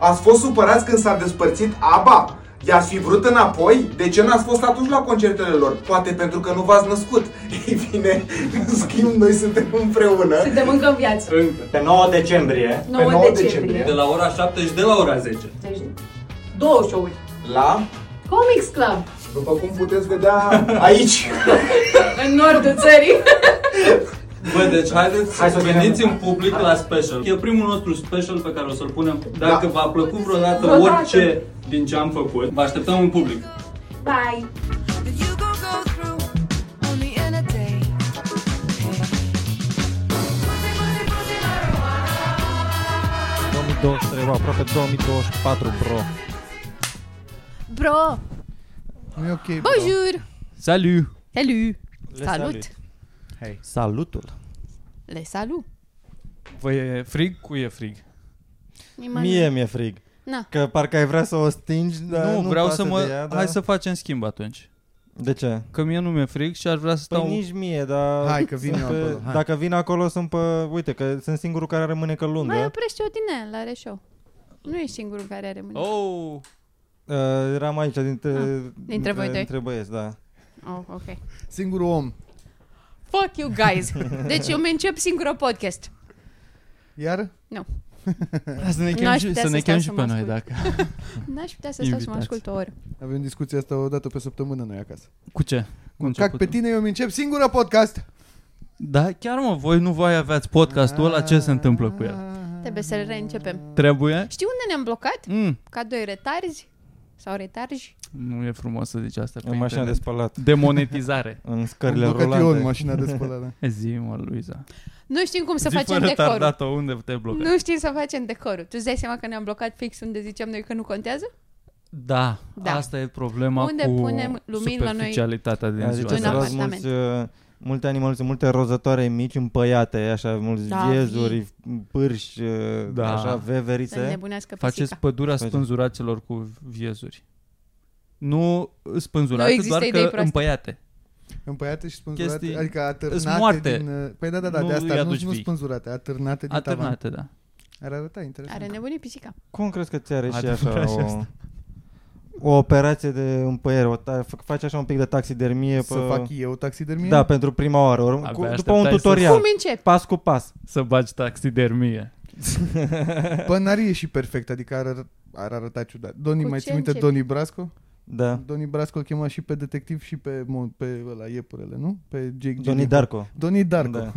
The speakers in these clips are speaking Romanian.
Ați fost supărați când s-a despărțit ABBA? I-ați fi vrut înapoi? De ce n-ați fost atunci la concertele lor? Poate pentru că nu v-ați născut. Ei bine, în schimb, noi suntem împreună. Suntem încă în viață. Încă. Pe 9 decembrie, 9, 9 decembrie. De la ora 7 și de la ora 10. Deci, două show-uri. La, Comics Club, după cum puteți vedea aici, în nordul țării. Bă, deci Hai haideți Hai să să vedem. veniți în public la special. E primul nostru special pe care o să-l punem. Dacă Da. v-a plăcut vreodată Vreodată. orice din ce am făcut, vă așteptăm în public. Bye! that you gon' go through on the end of day. Hey. 2023, wow, aproape 2024, bro. Bro, Nu e ok, bro. bonjour! Salut! Salut! Le salut! Hei. Salutul! Le salut! Vă e frig? Cui e frig? Mie mi-e frig. Na. Că parcă ai vrea să o stingi, dar nu, Da, nu, vreau pasă să mă... De ea, da. dar... Hai să facem schimb atunci. De ce? Că mie nu mi-e frig și aș vrea să Păi stau... nici mie, dar... Hai, că vin sunt eu pe... acolo, hai. Dacă vin acolo sunt pe... Uite, că sunt singurul care are mânecă lungă. Mai oprește Odinel la Reșou. Nu ești singurul care are mâini. Oh! Uh, eram aici dintre... dintre voi doi. Dintre băieți, da. Oh, ok. Singurul om. Fuck you guys! Deci eu mi încep singură podcast. Iar? Să ne chem N-aș și- putea să să ne chem stau și să pe mă noi, ascult. N-aș putea să stau să mă Invitați. ascult o oră. Avem discuția asta o dată pe săptămână noi acasă. Cu ce? Cu Cum cac pe tine, eu îmi încep singură podcast. Da, chiar mă, voi nu voi aveați podcastul ăla, ce se întâmplă cu el? Trebuie să reîncepem. Trebuie? Știi unde ne-am blocat? Mm, Ca doi retarzi? Sau retarji? nu e frumos să zici asta pe În mașina de internet. spălat. Demonetizare. În Am scările blocat eu în rulante. mașina de spălat. da. Zi, mă, Luiza. Nu știm cum să Zi facem fără decorul. tardato, unde te blocai? Nu știm să facem decorul. Tu îți dai seama că ne-am blocat fix unde ziceam noi că nu contează? Da, Da. asta e problema Unde cu punem lumini la noi? superficialitatea Ea din ziua zice În să asta. las mulți, uh, multe animale, sunt multe rozătoare mici împăiate, așa, mulți Da, viezuri, pârși, uh, Da. așa, Să veverițe. nebunească Faceți pisica. pădurea Facem. spânzuraților cu viezuri. Nu spânzurate, Nu există doar idei că proaste. împăiate. Împăiate și spânzurate, Chestii- adică Îs atârnate moarte. din... uh, Păi da, da, da, Nu de îi asta, nu, aduci nu vii. spânzurate, atârnate din tavan. Atârnate, da. Ar arăta interesant. Are nebunit pisica. Cum crezi că ți are și Adevărat așa și o, asta. o operație de împăiere? O ta- f- faci așa un pic de taxidermie? Să pe- fac eu taxidermie? Da, pentru prima oară. Urm- Abia cu, după așteptai un să- tutorial. Cum încep? Pas cu pas. Să bagi taxidermie. Bă, Păi n-ar ieși perfect, adică ar, ar arăta ciudat. Doni, Cu mai ce ții minte începi? Doni Brasco? Da. Doni Brasco îl chema și pe detectiv și pe, mon- pe ăla, iepurele, nu? Pe Jake Johnny Gyllenhaal. Darko. Doni Darko. Da.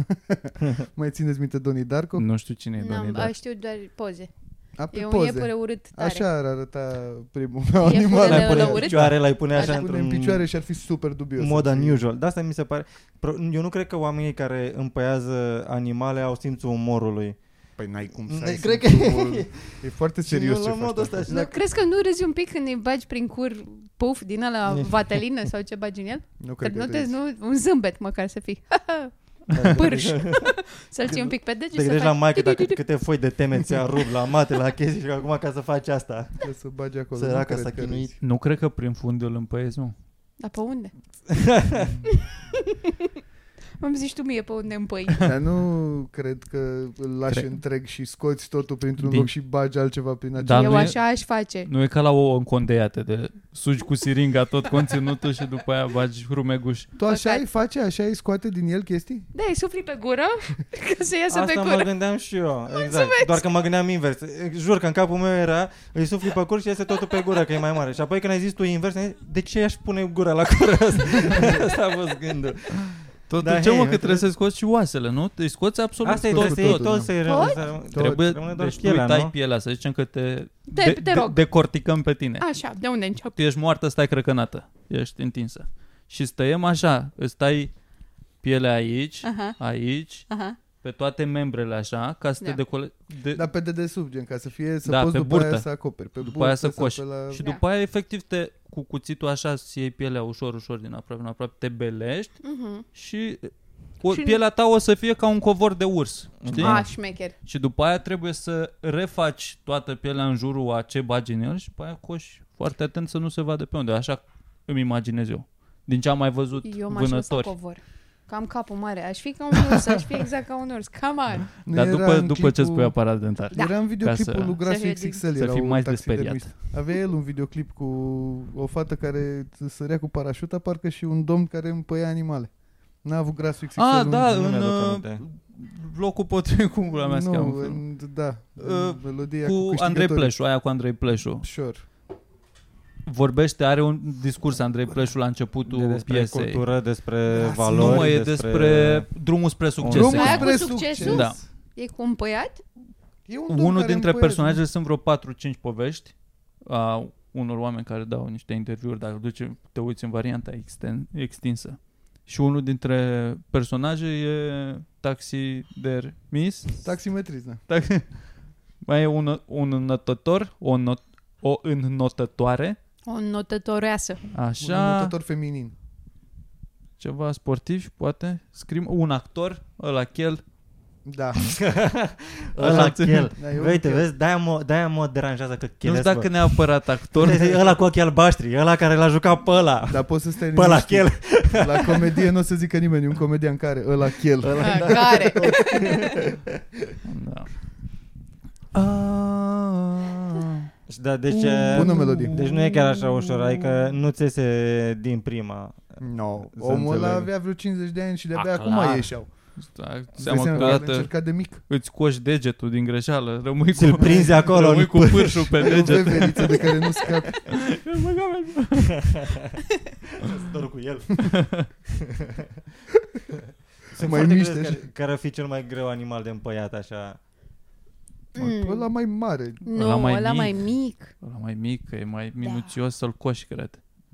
Mai țineți minte Doni Darko? Nu știu cine e Doni N-am, a, Darko. știu doar poze. Da. A, pe E un poze. iepure urât tare. Așa ar arăta primul meu Iepurele animal. L-ai L-ai L-a- pune l-a în urât? picioare, l-ai pune așa Așa. Pune în într-un picioare și ar fi super dubios. mod să fie. unusual. De asta mi se pare... pro- Eu nu cred că oamenii care împăiază animale au simțul umorului. Păi n-ai cum Ne- să ai cred simțul că- umorului. E foarte serios Și ce nu la faci. modul ăsta. acolo. și Nu, dacă- crezi că nu râzi un pic când îi bagi prin cur puf din ala vatalină sau ce bagi în el? Nu Că cred că notezi râzi. nu, un zâmbet măcar să fii. Pârș. Să-l ții un pic pe dege și Te să gândești la faci... maică dacă câte foi de teme ți-a rupt la mate, la chestii și acum ca să faci asta. Trebuie să bagi acolo. nu Săraca cred s-a că chinuit. râzi. Nu cred că prin fund îl împăiezi, nu. Dar pe unde? Am zis tu mie pe unde împăi. Dar nu cred că îl lași Cred. întreg și scoți totul printr-un Din- loc și bagi altceva prin acel Dar Eu Da, nu e- așa aș face. Nu e ca la o încondeiată de sugi cu siringa tot conținutul și după aia bagi rumeguș. Tu așa Păcat. ai face, așa ai scoate din el chestii? Da, îi sufli pe gură ca să iasă Asta pe mă gură. gândeam și eu, exact. Doar că mă gândeam invers. Jur că în capul meu era, îi sufli pe cur și iese totul pe gură, că e mai mare. Și apoi când ai zis tu invers, am zis, de ce aș pune gura la cură asta? Asta a fost gândul. Tot Da, da, ce hei, mă, eu că trebuie să scoți și oasele, nu? Deci scoți absolut Asta e tot, trebuie să iei da. tot. tot, să-i Tot? rămâne- Trebuie, rămâne doar deci pielea, tu îi tai nu? pielea, să zicem că te, Te- te rog. decorticăm pe tine. Așa, de unde încep? Tu ești moartă, stai crăcănată, ești întinsă. Și stăiem așa, îți tai pielea aici, Aha, aici, aha. pe toate membrele așa, ca să Da. te decole... De... Dar pe dedesubt, gen, ca să fie, să Da, poți pe după burtă. aia să acoperi. Pe După burtă aia să sau coși. pe la- Și Da. după aia, efectiv, te, cu cuțitul așa, îți iei pielea ușor, ușor din aproape în aproape, te belești Mhm. și, o, Și- pielea ta o să fie ca un covor de urs, știi? A, Ah, șmecher. Și după aia trebuie să refaci toată pielea în jurul a ce bagi în el și după aia coși foarte atent să nu se vadă pe unde. Așa îmi imaginez eu. Din ce am mai văzut Eu m-aș lăsa vânători. covor. Cam capul mare. Aș fi ca un urs, aș fi exact ca un urs. Cam ar. Nu Dar era după, în după ce îți clipul- pui aparat dentar. Da. Era în Ca videoclipul să- lui Să fie Grasu XXL. din- Să era fii un mai taxidermist. desperiat. Avea el un videoclip cu o fată care sărea cu parașuta, parcă și un domn care împăia animale. N-a avut Grasu XXL. Ah, un- da, Nu în mi-aduc uh, aminte. locul potrivit cu pula mea se cheamă nu, filmul. în, da, Uh, în melodia Cu Andrei câștigătorii. Pleșu, aia cu Andrei Pleșu. Sure. Vorbește, are un discurs Andrei Pleșu la De începutul despre piesei. cultură, despre Lasă-mă, valori, Nu, mă, e despre drumul spre succes. Drumul Aia spre cu succesul? Da. E cu un păiat? E un domn Unul care dintre împăia- personaje sunt vreo 4-5 povești a unor oameni care dau niște interviuri, dacă duci, te uiți în varianta exten, extinsă. Și unul dintre personaje e taxidermis. Taximetrist, da. Tax- mai e un, un înnotător, o, not, o înnotătoare, O notătoreasă. Un așa, notător feminin. ceva sportiv, poate, scrim, un actor, ăla chel, Da. Ăla chel. Da, e un Uite, chel. vezi, de-aia mă, de-aia mă deranjează că nu chelesc, știu dacă neapărat actor, Ăla cu ochii albaștri, ăla care l-a jucat pe ăla. Dar poți să stai Pe la liniștit. chel. La comedie nu o să zică nimeni, e un comedian care, ăla chel. A, Care? da. Ah. Și Da, deci, e- Bună melodie. Deci nu e chiar așa ușor, adică nu-ți iese din prima. No. Să Omul ăla înțeleg. avea vreo 50 de ani și de-abia Ah, acum clar. ieșeau. Da, Îți dai seama că că el a odată încercat de mic. îți coși degetul din greșeală, rămâi Ți-l cu, prinzi acolo rămâi în cu pârșul pe E o deget. veveriță de care nu scap. Doar cu el. Mai Sunt mai miște miște. și- Care, care ar fi cel mai greu animal de împăiat, așa. Mm. Ăla mai mare. Nu, Ăla ăla mai mai, ăla mic. mai mic. Da. Ăla mai mic, că e mai minuțios să-l coși, cred.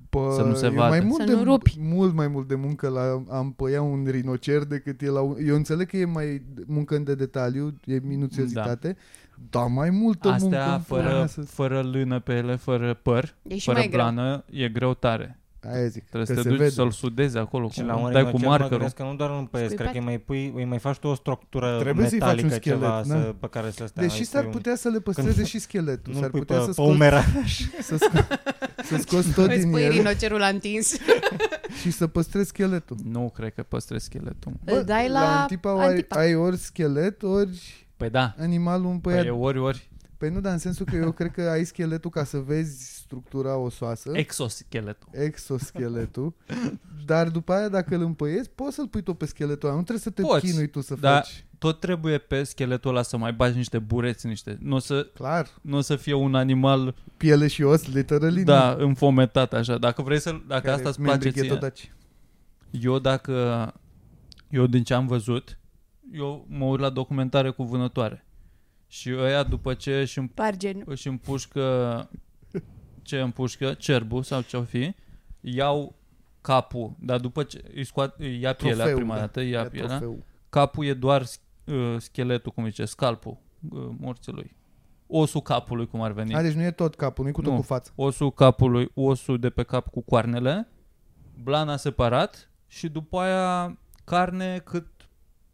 Bă, Să nu se e vadă. Mai mult Să de, nu rupi. Mult mai mult de muncă la a împăia un rinocer decât e la un... Eu înțeleg că e mai muncă de detaliu, e minuțiozitate, da. dar mai multă muncă. Astea în pula Da, fără, mea să- fără lână pe ele, fără păr, E și fără mai greu. blană, e greu tare. Aia zic, Trebuie că să te se duci vede. să-l sudezi acolo, Și cu, la un dai cu rinocer mă markerul. gândesc că nu doar un păiesc, cred Scuipat. că îi mai, pui, îi mai faci tu o structură Trebuie să-i faci un metalică, ceva schelet, da. să, pe care să Da, stea. Deși îi s-ar pui un- putea să le păstreze Când- și scheletul, Nu s-ar pui putea pe, să, pe scoți, umera. să, sco- să scoți tot Îți din pui el rinocerul întins. și să păstrezi scheletul. Nu cred că păstrezi scheletul. Îl dai la, la un tip au- ai, antipa. ai ori schelet, ori Păi da, animalul păi e împăiat. ori, ori Păi nu, dar în sensul că eu cred că ai scheletul ca să vezi structura osoasă. exoscheletul. exoscheletul, dar după aia dacă îl împăiezi, poți să-l pui tot pe scheletul ăla, nu trebuie să te Poți, chinui tu să da. faci. Tot trebuie pe scheletul ăla să mai bagi niște bureți, niște... Nu o să, Clar, nu o să fie un animal piele și os, literally. Da, înfometat așa. Dacă vrei să dacă asta îți place ție. Tot daci. Eu dacă eu din ce am văzut, eu mă uit la documentare cu vânătoare. Și ăia după ce își, împ- Pargen. își împușcă ce împușcă, cerbul sau ce-o fi, iau capul, dar după ce îi scoat, îi ia pielea Trofeul, prima da. dată, îi ia E pielea, trofeu. capul e doar s- uh, scheletul, cum zice, scalpul uh, morțilui. Osul capului, cum ar veni. A, deci nu e tot capul, nu e cu tot Nu. cu fața. osul capului, osul de pe cap cu coarnele, blana separat și după aia carne cât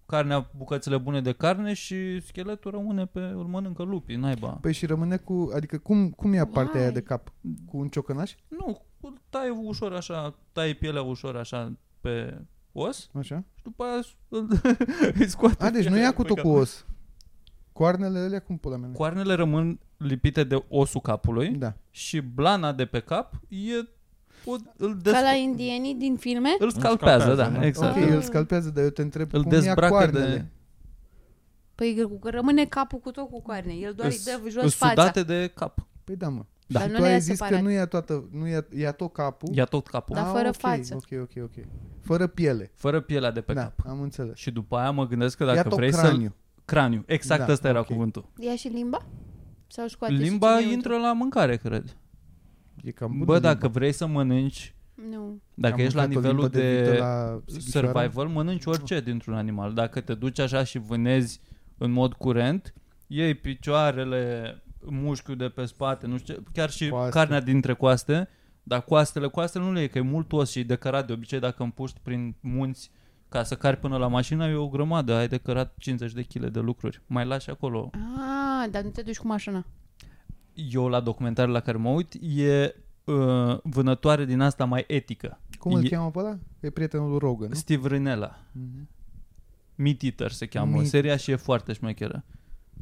carnea, bucățele bune de carne și scheletul rămâne pe, îl mănâncă lupii, naiba. Păi și rămâne cu, adică cum, cum ia partea aia Uai. de cap? Cu un ciocănaș? Nu, îl tai ușor așa, tai pielea ușor așa pe os Așa? și după aia îl, îi scoate. A, deci nu ia pielea cu pe tot cap. cu os. Coarnele alea cum pula mea? Coarnele rămân lipite de osul capului Da. și blana de pe cap e o, îl, Ca la desc- indienii din filme? îl scalpează, scalpează, da, da. exact. Ok, îl scalpează, dar eu te întreb Îl cum ia dezbracă coarnele. de... Păi că rămâne capul cu tot cu coarne. El doar îi Îs- dă îs jos fața. sudate de cap. Păi da, mă. Da. Și Dar nu tu le ai ia zis separat. că nu ia toată, nu ia, ia tot capul. Ah, Ia tot capul. Da. Da. Dar fără ok, față. Ok, ok, ok. Fără piele. Fără pielea de pe da, cap. am înțeles. Și după aia mă gândesc că Ia dacă tot vrei să craniu. craniu. Exact Da, da, ăsta era ok. cuvântul. Ia și limba? Sau scoate și Limba cine intră la mâncare, cred. E cam bună Bă, limba. dacă vrei să mănânci, Nu. dacă Am ești la mâncat o nivelul limbă de, vită la Sighișoara. survival, mănânci orice dintr-un animal. Dacă te duci așa și vânezi în mod curent, iei picioarele, mușchiul de pe spate, nu știu ce, chiar și Coaste. carnea dintre coaste, dar coastele, coastele nu le iei, că e mult os și e de cărat. De obicei, dacă împuști prin munți ca să cari până la mașină, e o grămadă, ai de cărat 50 de kg de lucruri. Mai lași acolo. Ah, dar nu te duci cu mașina. Eu, la documentarul la care mă uit, e uh, vânătoare din asta mai etică. Cum îl E- cheamă pe ăla? E prietenul lui Rogan. nu? Steve Rinella. Mhm. Meat Eater se cheamă Meat. seria și e foarte șmecheră.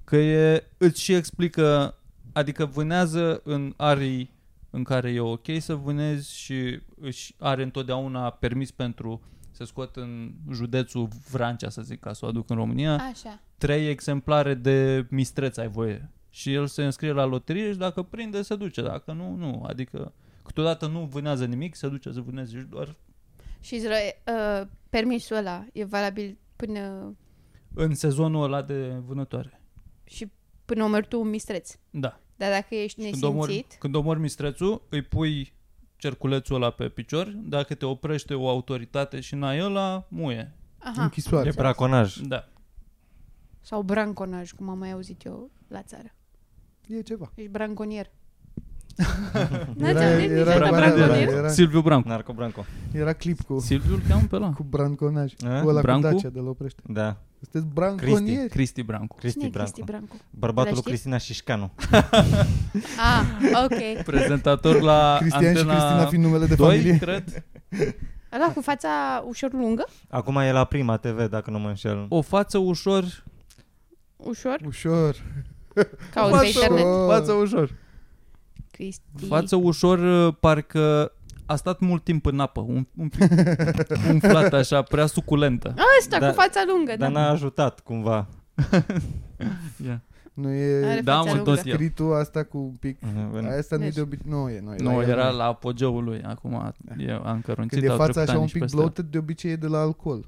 Că e, îți și explică, adică vânează în arii în care e ok să vânezi și își are întotdeauna permis pentru se scot în județul Vrancea, să zic, ca să o aduc în România, Așa. trei exemplare de mistreț ai voie. Și el se înscrie la loterie și dacă prinde, se duce. Dacă nu, nu. Adică câteodată nu vânează nimic, se duce să vâneze și doar Și îți ră- uh, permisul ăla e valabil până, în sezonul ăla de vânătoare. și până omori tu un mistreț. Da. Dar dacă ești Și când omori, nesimțit, când omori mistrețul, îi pui cerculețul ăla pe picior, dacă te oprește o autoritate și n-ai ăla, muie. aha, E Închisoare. braconaj. Da. sau branconaj, cum am mai auzit eu la țară. E ceva. Ești branconier. Era- N-ați auzit era niciodată Branco- branconier? Era- Silviu Brancu. Narco Branco. Era clip cu, Silviu îl cheamă pe ăla. cu branconaj. Cu A? ăla Brancu? cu Dacia de la oprește. Da, Sunteți branconieri. Cristi Brancu. Cine Cristi e Branco. Cristi Branco? Bărbatul Ăla lui știi? Cristina Șișcanu. Ah, ok. Prezentator la Cristian și antena Cristina fiind numele de 2, familie. cred. Ăla cu fața ușor lungă? Acum e la prima TV, dacă nu mă înșel. O față ușor, Ușor? Ușor. Caut pe internet. față ușor. Cristi. Față ușor, parcă a stat mult timp în apă, un, un pic umflat așa, prea suculentă. Păi, Ăsta Da, cu fața lungă, Dar da. n-a ajutat cumva. Nu Are e Da, fața mă, lungă. toți eu. scritul asta cu un pic. În- Asta nu e Deci- de obicei. Nu e, nu e. Nu, el era e. la apogeul lui. Acum e, a încărunțit. Când e au fața trecut așa ani un și pic peste bloated, de obicei e de la alcool.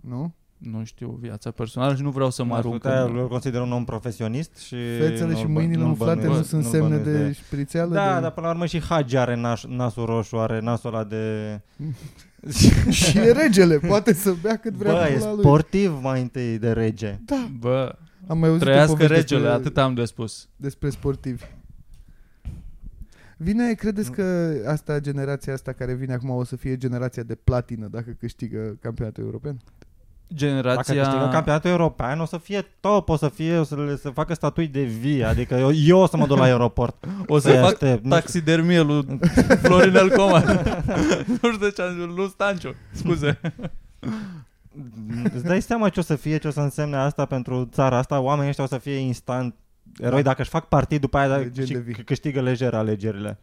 Nu? el. Nu știu viața personală și nu vreau să mă arunc. Aia în- îl consider un om profesionist și... Fețele și nu-l bă- mâinile nu-l umflate nu bănuiesc- sunt nu-l semne bănuiesc de șprițeală? Da, de... dar până la urmă și Hagi are naș, nasul roșu, are nasul ăla de... Și e regele, poate să bea cât vrea Bă, e pula lui. sportiv mai întâi de rege. Da. Bă, Am mai auzit o trăiască poveste regele, despre- atât am de spus. despre sportivi. Vine, credeți că asta, generația asta care vine acum o să fie generația de platină dacă câștigă campionatul european? Dacă câștigă Generația... campionatul european, o să fie top, o să fie, o să le să facă statui de vie, adică eu, eu o să mă duc la aeroport. O să Să-i fac aștept, nu taxidermie lui Florinel Coman. nu știu de ce am zis, lui Stanciu. Scuze. Îți dai seama ce o să fie, ce o să însemne asta pentru țara asta? Oamenii ăștia o să fie instant eroi dacă își fac partid după aia dacă Legende și vii. c- câștigă lejer alegerile.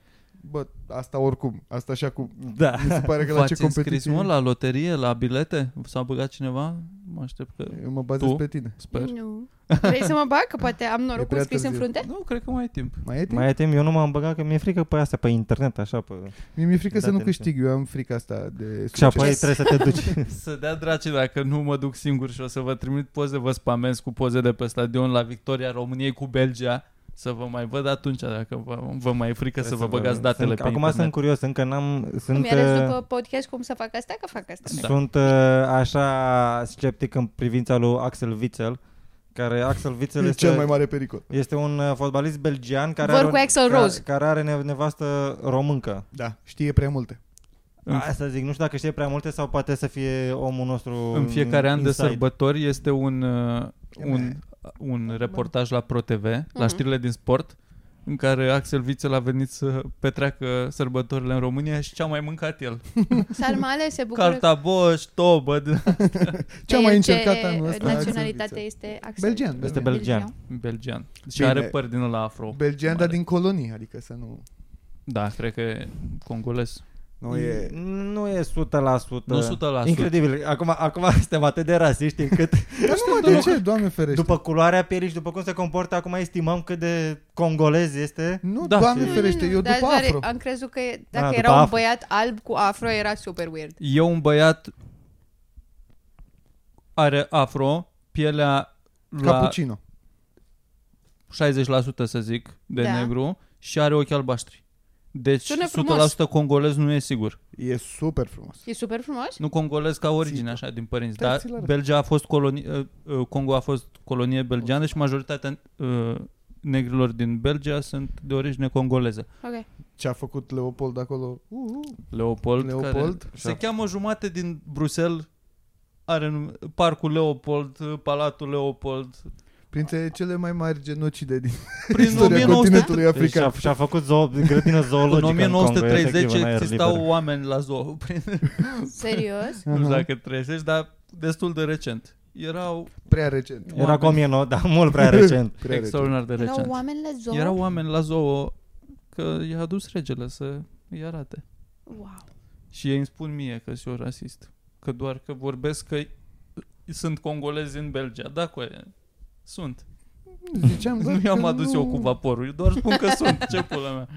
Bă, asta oricum, asta așa cum. Da. Mi se pare că la ce V-ați înscris, competiție... mă, la loterie, la bilete? S-a băgat cineva? Mă aștept că... Eu mă bazez Tu? pe tine. Sper. Nu. Vrei să mă bag? Că poate am norocul prea scris în târziu. frunte? Nu, cred că mai e timp. Mai e timp? Mai e timp, eu nu m-am băgat că mi-e frică pe astea, pe internet, așa, pe... Mie mi-e frică Da, să nu atenție. câștig, eu am frica asta de Și apoi succes. trebuie să te duci. Să dea draci dacă nu mă duc singur și o să vă trimit poze, vă spamenez cu poze de pe stadion la victoria României cu Belgia. Să vă mai văd atunci dacă vă, vă mai e frică să vă băgați datele sunt, pe Acum internet. sunt curios, încă n-am... Sunt, Îmi arăți uh, după podcast cum să fac asta? Că fac asta. Da. Sunt uh, așa sceptic în privința lui Axel Witzel, care Axel Witzel E este, cel mai mare pericol. este un uh, fotbalist belgian care Vor are, cu un- Axel ca- Rose. care are ne- nevastă româncă. Da, știe prea multe. În- Asta zic, nu știu dacă știe prea multe sau poate să fie omul nostru În fiecare an de inside. sărbători este un, uh, un, un reportaj la ProTV, la știrile din sport, în care Axel Witzel a venit să petreacă sărbătorile în România și ce-a mai mâncat el. Sarmale se bucură Carta Boș, tobă, din de Ce-a mai el, încercat anul ăsta? Axel naționalitate Witzel? este Axel? Belgian. Este belgian. belgian. belgian. Și Bine. are păr din la afro. Belgian, dar Mare. din colonie, adică să nu... Da, cred că e congolez. Nu e... Nu e 100%. Nu 100%. Incredibil. Acum, acum suntem atât de rasiști încât Dar nu, mă, de ce, doamne ferește? după culoarea pielii și după cum se comportă acum estimăm cât de congolez este. Nu, Da, doamne și- ferește, eu Dar după doar afro. Am crezut că e- Ah, dacă după era un afro. băiat alb cu afro era super weird. E un băiat are afro, pielea la Cappuccino. 60% să zic de Da. negru și are ochi albaștri. Deci Sună 100% frumos. congolez nu e sigur. E super frumos. E super frumos? Nu congolez ca origine Țică. așa din părinți, Da, dar ți-l arăt. Belgia a fost colonie, uh, uh, Congo a fost colonie belgiană și majoritatea uh, negrilor din Belgia sunt de origine congoleză. Ok. Ce a făcut Leopold acolo? Uhu. Leopold, Leopold? Care se cheamă jumate din Bruxelles, are num- parcul Leopold, uh, palatul Leopold, printre cele mai mari genocide din Prin istoria 1900. continentului Deci african. și-a, și-a făcut zoo, grădină zoologică În Congo, efectiv, 1930 în aer existau liber. oameni la zoo. Prin, Serios? nu știu dacă 30, dar destul de recent. Erau Prea recent. Era cu 1900, dar da, mult prea recent. Prea recent. extraordinar de Erau recent. oameni la zoo? Erau oameni la zoo că i-a adus regele să îi arate. Wow. Și ei îmi spun mie că sunt eu rasist. Că doar că vorbesc că sunt congolezi în Belgia. Da, cu sunt. Ziceam, doar Nu i-am că adus nu- eu cu vaporul, eu doar spun că sunt, ce pula mea.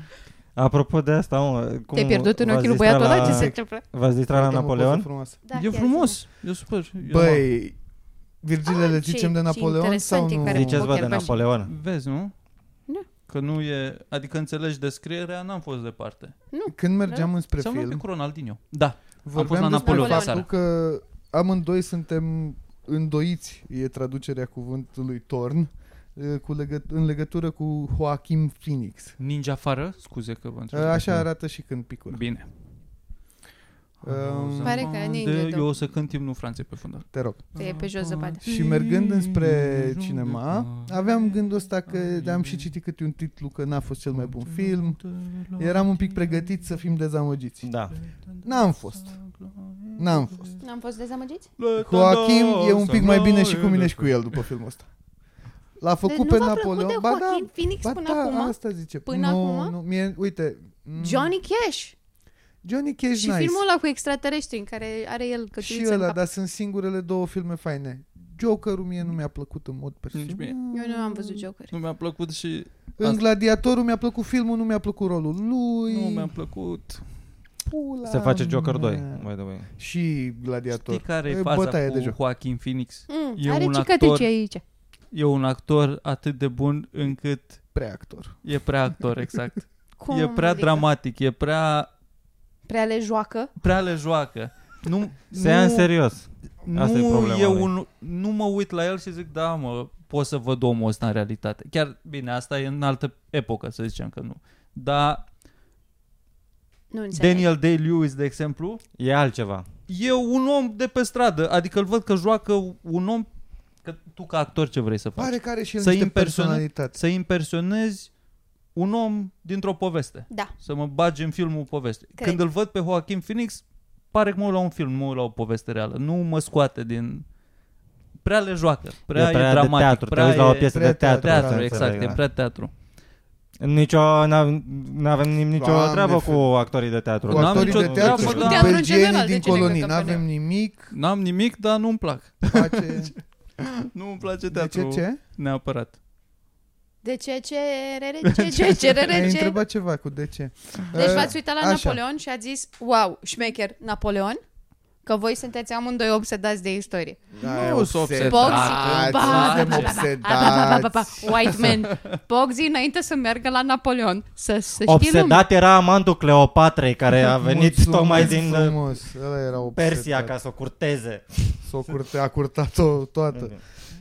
Apropo de asta, mă, cum Te-ai pierdut în v-ați ochiul lui distrat băiatul ăla? la- Ce se întâmplă? V-ați distrat la Uite, mă, poză Napoleon? frumoasă. Da, Da, e chiar zi. frumos, e super. E normal. Băi, Virgilele Ah, ce- zicem de ce Napoleon sau interesant e nu? care- Ziceți, bă, de Bocherbaș. Napoleon. Vezi, nu? Da. Că nu e... Adică înțelegi descrierea, n-am fost departe. Când Da. mergeam înspre Seamănă film, cu Ronaldinho. Da. vorbeam la despre Napoleon faptul seara. că amândoi suntem îndoiți, e traducerea cuvântului torn, e, cu legă- în legătură cu Joaquin Phoenix. Ninja afară? Scuze că vă întreb. Așa arată și când picură. Bine. Um, Pare că ninja, De- da. Eu o să cânt imnul Franței pe fundal. Te rog. Te e pe jos zăpadă. Ah, Și mergând înspre cinema, aveam gândul ăsta că am și citit câte un titlu că n-a fost cel mai bun film. Eram un pic pregătit să fim dezamăgiți. Da. N-am fost. N-am fost. N-am fost dezamăgiți? Joachim e un pic mai bine și cu mine și cu el după filmul ăsta. L-a Deci făcut nu pe v-a Napoleon. plăcut ba de da, Joaquin Phoenix ba până da, acum? asta zice. Până nu, acum? Nu, mie, uite, mm, Johnny Cash! Johnny Cash Și nice. filmul ăla cu extraterestri în care are el și cătuiță în ăla, da. cap. dar sunt singurele două filme faine. Jokerul mie nu mi-a plăcut în mod Nici mie. personal. Eu nu am văzut Joker. Nu mi-a plăcut și... În Asta- Gladiatorul mi-a plăcut filmul, nu mi-a plăcut rolul lui. Nu mi-a plăcut. Pula Se face Joker 2, mea. by the way. Și Gladiator. Știi care e E faza Păi, bătaie de cu joc. Joaquin Phoenix? Mm, E are un cicatrice actor. aici. E un actor atât de bun încât Prea actor. e prea actor, exact. Cum e prea adică? dramatic, e prea Prea le joacă. prea le joacă. Nu, Se ia în nu, serios. Asta e nu, problema e lui. un, nu mă uit la el și zic, da, mă, pot să văd omul ăsta în realitate. Chiar, bine, asta e în altă epocă, să zicem că nu. Dar Nu înțeleg. Daniel Day-Lewis, de exemplu, E altceva. e un om de pe stradă. Adică îl văd că joacă un om, că tu ca actor ce vrei să faci? Pare că are și el Să niște impersonezi- personalitate. Să impersonezi un om dintr-o poveste. Da. Să mă bagi în filmul poveste. Cred. Când îl văd pe Joaquin Phoenix, pare că mă uit la un film, mă uit la o poveste reală. Nu mă scoate din... Prea le joacă, prea e, prea de dramatic, teatru, te prea uiți e la o piesă prea de teatru. teatru, ca să exact, înțeleg, e da. prea teatru. Nicio, n-avem, n-avem nim- nicio Doamne, treabă cu fe- actorii de teatru. Cu N-am actorii nicio de teatru treabă, și cu dar- Teatru în belgenii general, din de ce ne colonii. căcăm pe N-avem nimic. N-am nimic, dar nu-mi plac. Face... Nu îmi place De teatru ce ce? neapărat. De ce ce re re ce ce ce re Ai re ce? întrebat ceva cu de ce. Deci Uh, v-ați uitat la așa. Napoleon și ați zis, wow, șmecher, Napoleon? Că voi sunteți amândoi obsedați de istorie. Da, Nu sunt obsedați, obsedat. Ba, suntem ba, ba, Ba, ba, ba, ba, obsedați. ba, White man. Bogzi, înainte să meargă la Napoleon, să, să știi lumea. Obsedat era amantul Cleopatrei care a venit Mulțumesc tocmai din uh, frumos. Ăla era obsedat. Persia ca să o curteze. S-o curte, a curtat-o toată.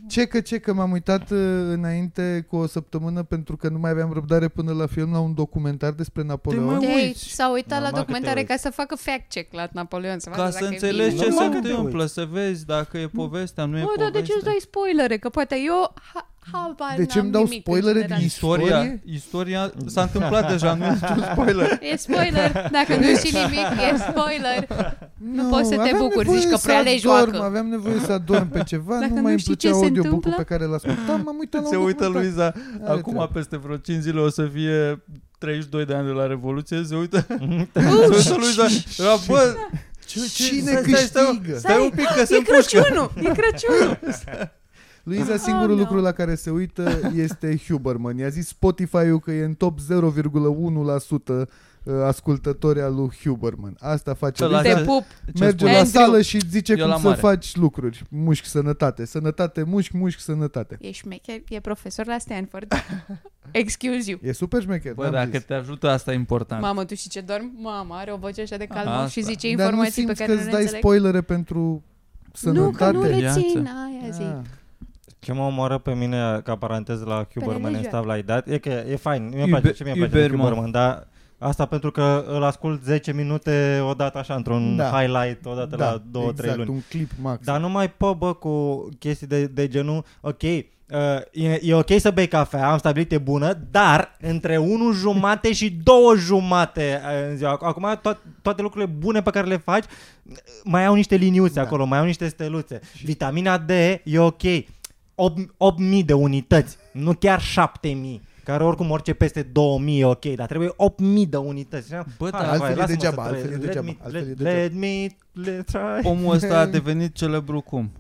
Ce că, ce că m-am uitat uh, înainte cu o săptămână pentru că nu mai aveam răbdare până la film la un documentar despre Napoleon. mai- Ei, uiți. s-a uitat la Normal că te documentare uiți. ca să facă fact-check la Napoleon. Să Ca vadă să dacă e înțelegi bine. ce Nu se mă, că te întâmplă, să vezi dacă e povestea, nu e Bă, dar poveste. de ce îți dai spoilere? Că poate eu ha, habar De ce n-am Deci îmi dau nimic în spoilere general. din Istoria, istoria s-a întâmplat deja, nu e niciun spoiler. E spoiler. Dacă nu știi nimic, e spoiler. Nu poți să te aveam bucuri, nevoie zici că să prea le adorm, joacă. Aveam nevoie să adorm pe ceva, Dacă nu nu mai îmi știi plăcea ce se audiobook-ul pe întâmplă? care l-ascultam, m-am uitat la Se un uită documentar. Luiza, Are acum treabă. peste vreo 5 zile o să fie 32 de ani de la Revoluție, se uită, Mhm. se Uh, uită Luiza, era, bă, ce, ce, Cine stai, stai, stai, câștigă? Stai un pic că se E împușcă. Crăciunul! E Crăciunul! Luiza, singurul Oh, no. lucru la care se uită este Huberman. I-a zis Spotify-ul că e în top 0,1% uh, ascultători al lui Huberman. Asta face Ăla Luiza. Te pup! Merge spune? la Andrew. sală și îți zice Eu cum la să mare. faci lucruri. Mușchi, sănătate. Sănătate, mușchi, mușchi, sănătate. E șmecher, e profesor la Stanford. Excuse you. E super șmecher, Bă, n-am dacă zis. te ajută, asta e important. Mamă, tu și ce dorm? Mama, are o voce așa de calmă Asta. și zice Dar nu informații pe simți care că nu îți le dai înțeleg. spoilere pentru Nu, că sănătate? nu le Viață. țin, aia zic. Ah. Ce mă omoară pe mine, ca paranteză la Huberman Păi Pe în religie. Stav la Idat, e că e fain, mi-e Iube- place, ce mi-e place de Uberman. Huberman, dar Asta pentru că îl ascult 10 minute odată așa, într-un Da. highlight, odată la 2-3 exact, luni. un clip max. Dar nu mai pă, bă, cu chestii de, de genul, ok, uh, e, e ok să bei cafea, am stabilit, e bună, dar între unu jumate și două jumate uh, în ziua. Acum to- toate lucrurile bune pe care le faci uh, mai au niște liniuțe da. acolo, mai au niște steluțe. Și... Vitamina D e ok, 8, 8.000 de unități, nu chiar 7.000 care oricum orice peste 2000 e ok, dar trebuie 8000 de unități. Bă, dar Hai, vai, altfel e lasă-mă să degeaba, trăiesc. altfel e Let degeaba, me- altfel e let- degeaba. Let me let try. Omul ăsta a devenit celebru cum?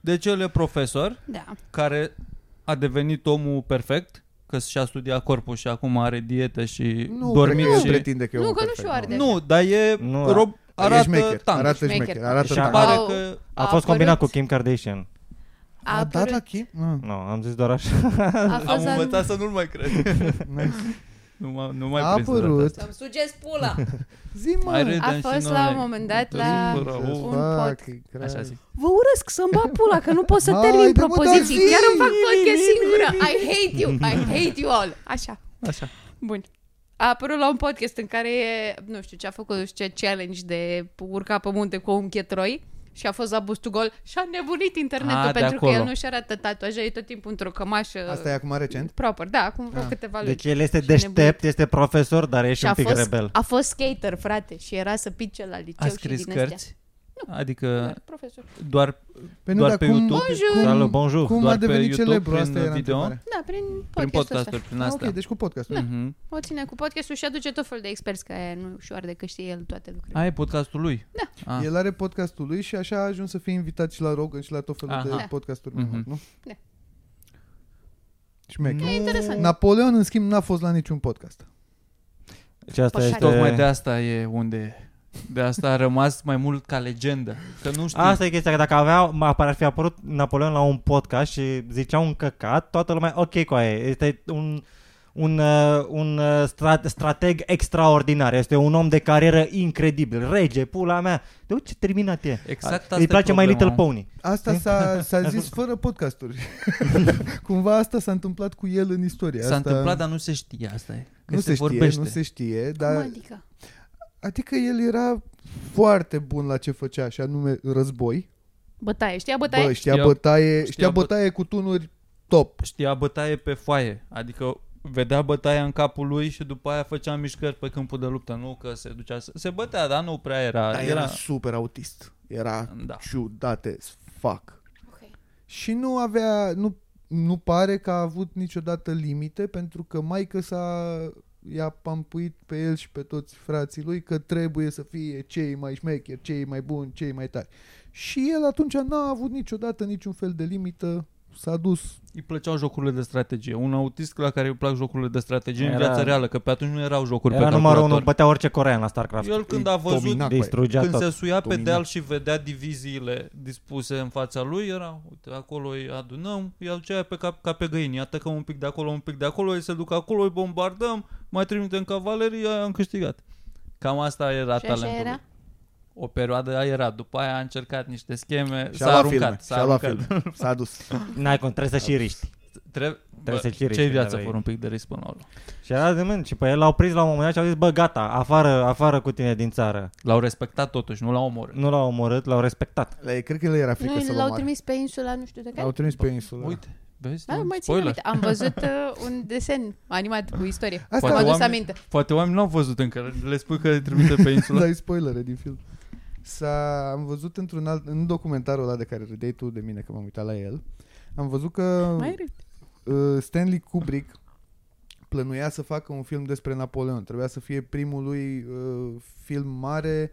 Deci el e profesor Da. care a devenit omul perfect, că și-a studiat corpul și acum are dietă și nu dormit cred că el și... pretinde că e Nu, un că nu perfect, știu arde. Nu, dar e... Nu, Nu, rob, Arată arată șmecher, tank. arată Șmecher. șmecher, arată Și tank. apare- Au- că- A fost combinat cu apărut- Kim Kardashian. A A dat la apărut, Kim? Ah, Nu, am zis doar așa. a Am fost al... învățat să nu-l mai cred. nice. nu, m-a, nu mai A prins de data asta. apărut. Să-mi sugezi pula. Zi, Mai mă! râdem A și fost noi. la un moment Da. dat la- Râdem fără Să-ți o- un fac pot. craie. Așa zic. Vă urăsc să-mi bat pula, că nu pot să Hai, termin dă-mă, dar propoziții. zi! Chiar îmi fac podcast singură. I hate you, I hate you all. Așa. Așa. Bun. A apărut la un podcast în care e, nu știu ce a făcut, nu știu ce challenge de urca pe munte cu un chetroi și a fost la Bustugol și a nebunit internetul Ah, de pentru că acolo. el nu-și arată tatuaje, e tot timpul într-o cămașă Asta e Ah. acum recent? proper, da, acum vreo câteva luni. Deci el este Și nebun. deștept, este profesor, dar e și și un a pic fost, rebel. a fost skater, frate, și era să pice la liceu A și scris din cărți? Adică Astea. Profesor. doar, Păi nu, doar dar pe cum- YouTube? Bonjour! Salut, bonjour! Cum Doar a pe devenit YouTube, celebru? prin Asta era video? întrebarea. Da, prin podcastul, Prin ăsta. podcasturi, prin Ah, asta. Ok, deci cu podcastul. Da. Mhm. O ține cu podcastul și aduce tot felul de experți, că aia nu ușoară de că știe el toate lucrurile. A, e podcastul lui? Da. El are podcastul lui și așa a ajuns să fie invitat și la Rogan și la tot felul Aha. de Da. podcasturi Mhm. mai mari, nu? Da. Șmecher. E interesant. Napoleon, în schimb, n-a fost la niciun podcast. Și asta Pășari. este... Tocmai Eh. de asta e unde e. De asta a rămas mai mult ca legendă. Că nu știi. Asta e chestia, că dacă avea, apar, ar fi apărut Napoleon la un podcast și zicea un căcat, toată lumea, ok cu aia, e. este un, un, uh, un uh, strat, strateg extraordinar, este un om de carieră incredibil, rege, pula mea. De ce terminat e? Exact asta Îi place e mai Little problema. Pony. Asta s-a, s-a zis fără podcasturi. Cumva asta s-a întâmplat cu el în istorie. S-a asta... întâmplat, dar nu se știe asta e. Că nu se, se, știe, vorbește. nu se știe, Cum dar adică? adică el era foarte bun la ce făcea, și anume război. Bătaie, știa bătaie? Bă, știa Știa- bătaie, știa știa bă- bătaie cu tunuri top. Știa bătaie pe foaie. Adică vedea bătaia în capul lui și după aia făcea mișcări pe câmpul de luptă. Nu că se ducea să... Se bătea, dar nu prea Da, era. Dar era era... super autist. Era Da. ciudate fac. Ok. Și nu avea, nu, nu pare că a avut niciodată limite pentru că maică s-a i-a pampuit pe el și pe toți frații lui că trebuie să fie cei mai șmecheri, cei mai buni, cei mai tari. Și el atunci n-a avut niciodată niciun fel de limită, s-a dus. Îi plăceau jocurile de strategie. Un autist la care îi plac jocurile de strategie Era- în viața reală, că pe atunci nu erau jocuri Era pe numărul calculator. unu, bătea orice corean la StarCraft. El când a văzut, domina cu el. Distrugea când tot. se suia pe Domina. deal și vedea diviziile dispuse în fața lui, era, uite, acolo îi adunăm, îi aducea pe cap ca pe găini, îi atacăm un pic de acolo, un pic de acolo, îi se duc acolo, îi bombardăm, mai trimitem cavalerii, aia am câștigat. Cam asta era Și așa talentul. era? lui. O perioadă a era, după aia a încercat niște scheme, Și-a s-a luat filme, aruncat, s-a și-a luat aruncat. filme, s-a dus. N-ai cum, trebuie să și riști. Trebuie, să bă, cirești ce când viață aveai. fără un pic de risc până la urmă. Și era de mână. Și pe el l-au prins la un moment dat și au zis, bă, gata, afară, afară cu tine din țară. L-au respectat totuși, nu l-au omorât. Nu l-au omorât, l-au respectat. Le, cred că le era frică Nu, să-l l-au omoare. trimis pe insula, nu știu de care. L-au trimis pe insulă. Uite, vezi? Da, nu? mai țin Spoiler. aminte. Am văzut uh, un desen animat cu istorie. Asta- Mm. Asta m-a dus Oameni- aminte. Poate oamenii nu au văzut încă, le spui că îi trimite pe insulă. Dai spoilere din film. S-a, am văzut într-un alt, în documentarul ăla de care râdeai tu de mine, că m-am uitat la el, am văzut că Mai râd. uh, Stanley Kubrick plănuia să facă un film despre Napoleon. Trebuia să fie primul lui uh, film mare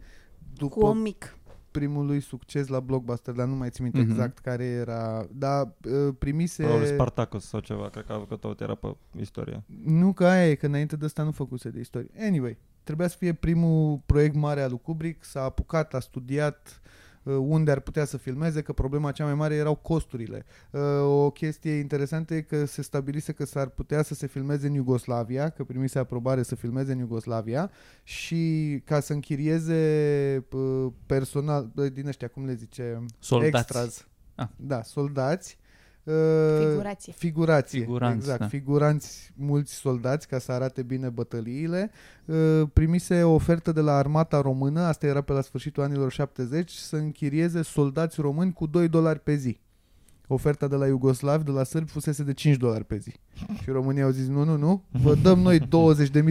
după Cu om mic. primul lui succes la blockbuster, dar nu mai țin minte Mhm. exact care era. Dar uh, primise... Probabil Spartacus sau ceva, cred că a făcut tot, era pe istorie. Nu că aia e, că înainte de asta nu făcuse de istorie. Anyway, trebuia să fie primul proiect mare al lui Kubrick, s-a apucat, a studiat uh, unde ar putea să filmeze, că problema cea mai mare erau costurile. Uh, O chestie interesantă e că se stabilise că s-ar putea să se filmeze în Iugoslavia, că primise aprobare să filmeze în Iugoslavia și ca să închirieze uh, personal, uh, din ăștia, cum le zice, Soldați. extras. Ah. Da, soldați. uh, Figurație. figurație. Figuranți, exact, da. figuranți, mulți soldați ca să arate bine bătăliile. Uh, Primise o ofertă de la armata română, asta era pe la sfârșitul anilor 70, să închirieze soldați români cu 2 dolari pe zi. Oferta de la iugoslavi, de la sârbi, fusese de 5 dolari pe zi. Și România au zis, nu, nu, nu, vă dăm noi 20.000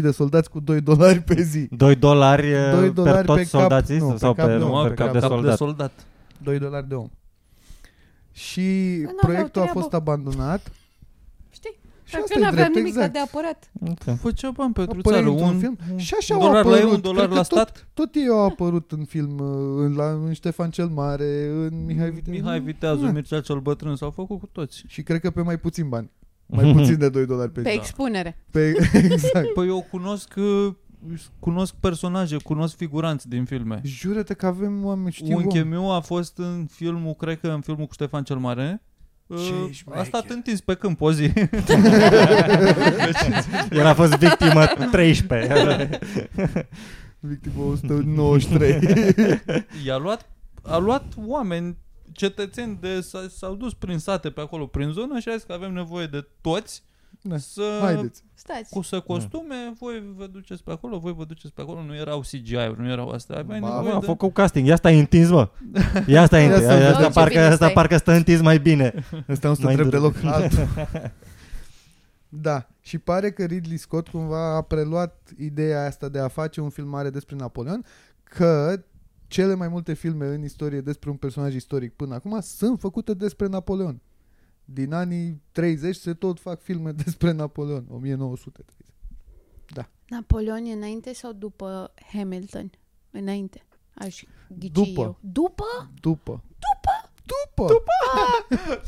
de soldați cu 2 dolari pe zi. 2 dolari, uh, Doi per dolari toți pe cap- soldații nu, pe sau pe, cap pe, nu, nu, pe pe, cap, cap de soldat? de soldat. 2 dolari de om. Și Că n-aveau proiectul a treabă. fost abandonat. Știi? Și Dar asta că nu e aveam drept, nimic exact. de apărat. Ok. Făcea bani pentru Apărea țară. într-un Un, film. Și așa au dolar la ei, apărut. un dolar Cred la că tot- stat. Tot ei au apărut în film, uh, în, la, în Ștefan cel Mare, în Mihai Viteazu. Mihai Viteazu, Da. Mircea cel Bătrân, s-au făcut cu toți. Și cred că pe mai puțin bani. Mai puțin de 2 dolari pe Pe zi. expunere. Pe, exact. Păi eu cunosc uh, cunosc personaje, cunosc figuranți din filme. Jură-te că avem oameni, știu Unche oameni. meu a fost în filmul, cred că în filmul cu Ștefan cel Mare. Uh, Ce ești, a stat mecher. întins pe câmp o zi. El a fost victimă 13. Victima 193. I-a luat, a luat oameni, cetățeni de, s-a- s-au dus prin sate pe acolo, prin zonă și a zis că avem nevoie de toți Da. să Haideți. Stați. cu să costume, voi vă duceți pe acolo, voi vă duceți pe acolo, nu erau CGI-uri, nu erau astea, aveai Ba, nevoie Bă, a de... făcut casting. Ia asta e întins, mă. Ia asta e Ia întins. să- Ia Uite, asta parcă, bine asta stai. parcă stă întins mai bine. Asta nu se Mai întreb dur. deloc altul. Da, și pare că Ridley Scott cumva a preluat ideea asta de a face un film mare despre Napoleon, că cele mai multe filme în istorie despre un personaj istoric până acum sunt făcute despre Napoleon. Din anii 30 se tot fac filme despre Napoleon, 1930. Napoleon e înainte sau după Hamilton? Înainte. Aș ghici După. eu. După? După. După? După! După!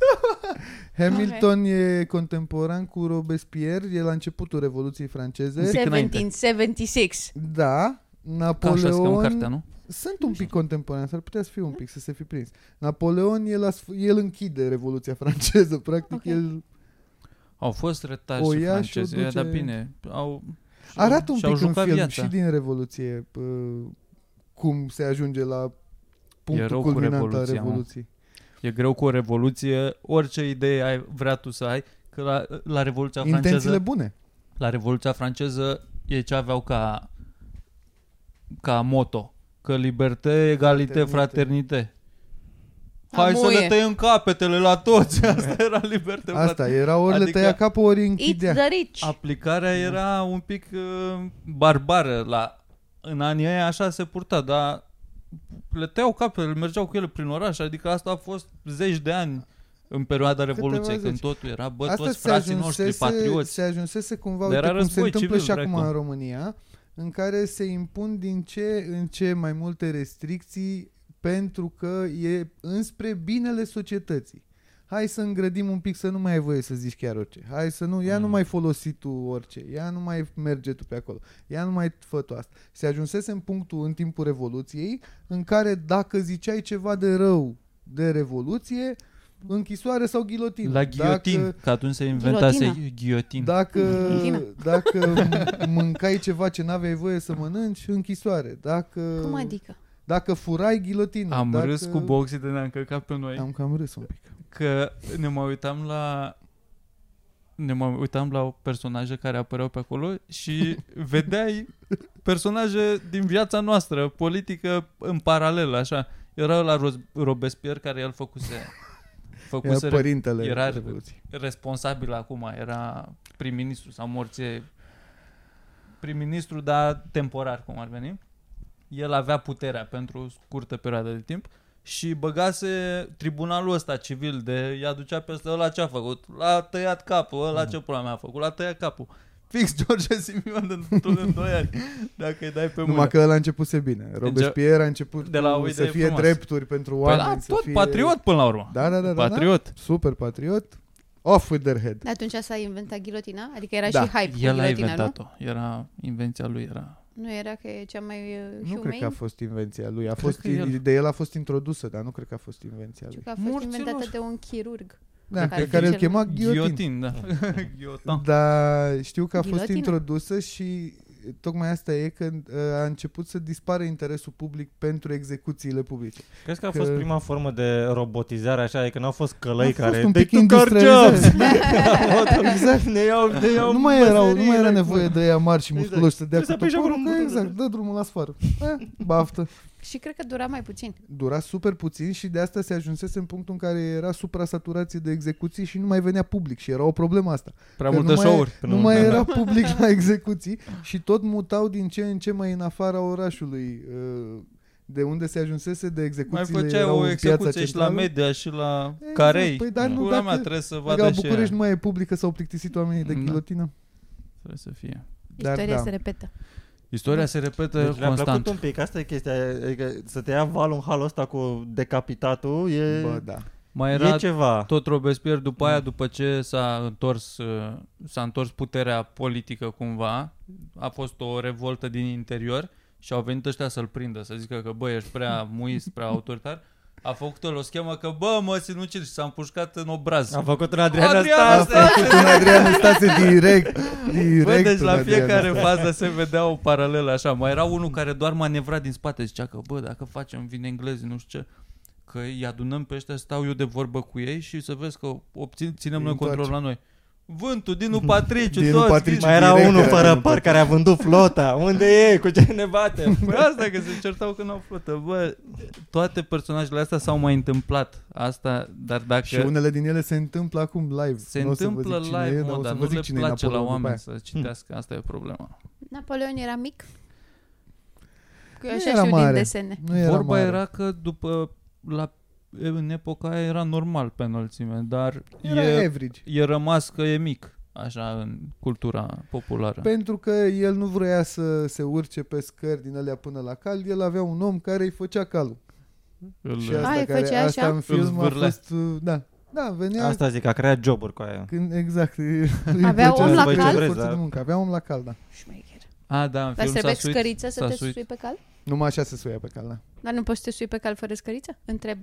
Hamilton e contemporan cu Robespierre, e la începutul Revoluției franceze. pic înainte. 1776. Da, Ca așa se cheamă Napoleon... cartea, nu? Sunt un pic contemporan, s-ar putea să fie un pic, să se fi prins. Napoleon, el, a, sf- el închide Revoluția franceză, practic Ok. el Au fost retași O și ia și o francezi, duce... duce- dar bine, au... și-au- arată un și-au pic în jucat film viața. și din Revoluție pă, cum se ajunge la punctul rău cu culminant al Revoluția, mă. Revoluției. E greu cu o revoluție, orice idee ai vrea tu să ai, că la, la Revoluția Intențiile franceză, bune. la Revoluția franceză e ce aveau ca ca moto, că liberté, egalité, Fraternite. fraternite. Hai Amuie. să le tăiem capetele la toți. Asta era liberté. Da. Asta, era ori adică... le Adică- tăia capul, ori It's închidea. the rich. Da. Aplicarea era un pic uh, barbară la în anii aia așa se purta, dar le tăiau capele, mergeau cu ele prin oraș, adică asta a fost zeci de ani în perioada Revoluției, zeci. când totul era, bă, Asta toți se frații noștri, ajunsese, patrioți. se ajunsese cumva, Dar uite era cum se război întâmplă civil și acum greco. în România, în care se impun din ce în ce mai multe restricții pentru că e înspre binele societății. Hai să îngrădim un pic, să nu mai ai voie să zici chiar orice. Hai să nu, ia Mm. nu mai folosi tu orice, ia nu mai merge tu pe acolo, ia nu mai fă tu asta. Se ajunsese în punctul în timpul Revoluției în care dacă ziceai ceva de rău de Revoluție, închisoare sau ghilotină. La ghilotin, Dacă, dacă... că atunci se inventase Ghilotina. ghilotin. Da. dacă, Tine. dacă mâncai ceva ce n-aveai voie să mănânci, închisoare. Dacă, Cum adică? dacă furai ghilotină. Am dacă... dacă... râs cu boxii de ne-a încălcat pe noi. Am cam râs un pic. că ne mai uitam la ne mai uitam la personaje care apăreau pe acolo și vedeai personaje din viața noastră, politică în paralel, așa. Era la Robespierre care el făcuse Era făcuse re- părintele era- Revoluției. responsabil acum, era prim-ministru sau morție prim-ministru, dar temporar, cum ar veni. El avea puterea pentru o scurtă perioadă de timp și băgase tribunalul ăsta civil de i aducea peste ăla ce a făcut, l-a tăiat capul, ăla Mm. ce pula mea a făcut, l-a tăiat capul. Fix George Simion într-un 2 ani, dacă îi dai pe mână. Numai că ăla a începuse bine. Robespierre a început Deci, De la cu- o idee să fie frumoasă. drepturi pentru Păi, oameni. da, să tot fie... patriot până la urmă. Da, da, da, da, da. patriot. Super patriot. Off with their head. Dar atunci s-a inventat ghilotina? Adică era Da. și hype cu El a ghilotina, nu? inventat-o. Era invenția lui, era Nu era că e cea mai uh, humane? Nu cred că a fost invenția lui. A fost, că el- De el a fost introdusă, dar nu cred că a fost invenția Știu lui. că a fost Morților. inventată de un chirurg. Da, Care pe care îl cel- chema Giotin, Giotin. Ah. da. Giotin. Da, știu că a fost Ghilotină. introdusă și tocmai asta e că uh, a început să dispare interesul public pentru execuțiile publice. Crezi că a Că- fost prima formă de robotizare așa, adică n-au fost călăi A fost care... un "They pic took our industrializare." jobs." exact. Ne iau, ne iau nu mai, erau, nu mai era meserii, nevoie de ea mari și Exact. musculoși să dea cu Trebuie să apeși toporul, acolo că un buton. exact, dă drumul la sfară. Eh, baftă. Și cred că dura mai puțin. Dura super puțin și de asta se ajunsese în punctul în care era supra-saturație de execuții și nu mai venea public și era o problemă asta. Prea Că multe nu mai, show-uri. Nu nu- mai da, era public la execuții și tot mutau din ce în ce mai în afara orașului uh, de unde se ajunsese de Mai execuțiile făceai erau o în piața execuție și la centrală. media și la Exact, carei. păi dar nu, Pula dacă- mea, trebuie să Dacă la vadă și aia. București nu mai e publică, s-au plictisit oamenii de Da. ghilotină. Trebuie să fie. Dar Istoria da. se repetă. Istoria se repetă Deci le-a plăcut constant. un pic, asta e chestia, adică să te ia valul în halul ăsta cu decapitatul e, Bă, da. Mai e era ceva. tot Robespierre după aia, după ce s-a întors, uh, s-a întors puterea politică cumva, a fost o revoltă din interior și au venit ăștia să-l prindă, să zică că bă, ești prea muist, prea autoritar. A făcut el o schemă că bă, mă sinucid și s-a împușcat în obraz. Am făcut un Adrian Adrian Adrian Stase! asta. Cu un Adrian Stase direct, direct. Bă, deci un la Adrian fiecare Stase. fază se vedea o paralelă așa. Mai era unul care doar manevra din spate, zicea că, bă, dacă facem, vin englezii, nu știu ce, că îi adunăm pe ăștia, stau eu de vorbă cu ei și să vezi că obțin, ținem Îi noi întoarce. control la noi. Vântul, Dinu Patriciu, Dinu toți, Patriciu. Dinu- Mai era Direct unul era fără din păr care a vândut flota. Unde e? Cu ce ne batem? Păi asta că se certau că n-au flotă. Bă, toate personajele astea s-au mai întâmplat. Asta, dar dacă... Și unele din ele se întâmplă acum live. se Nu o să vă zic întâmplă cine e, live, dar mă, o să dar vă nu zic le cine e place la Napoleon după oameni aia. Hmm. să citească. Asta e problema. Napoleon era mic? Că eu Nu așa era știu din mare. desene. Nu era Vorba mare. era că după la în epoca aia era normal pe înălțime, dar Era e, average. e rămas că e mic, așa, în cultura populară. Pe... Da. Pentru că el nu vrea să se urce pe scări din alea până la cal, el avea un om care îi făcea calul. Îl, Și asta, Ai, care, făcea asta așa? în film a zvârlea. fost... uh, Da, da venea Asta zic, a creat joburi cu aia. când, exact. îi- Avea îi om la făcea cal? forță de Da. muncă, Avea om la cal, da. Șmecher. A, da, în Dar film s-a să trebuie suit, scăriță să s-a te suit. sui pe cal? Numai așa se suia pe cal, da. Dar nu poți să te sui pe cal fără scăriță? Întreb,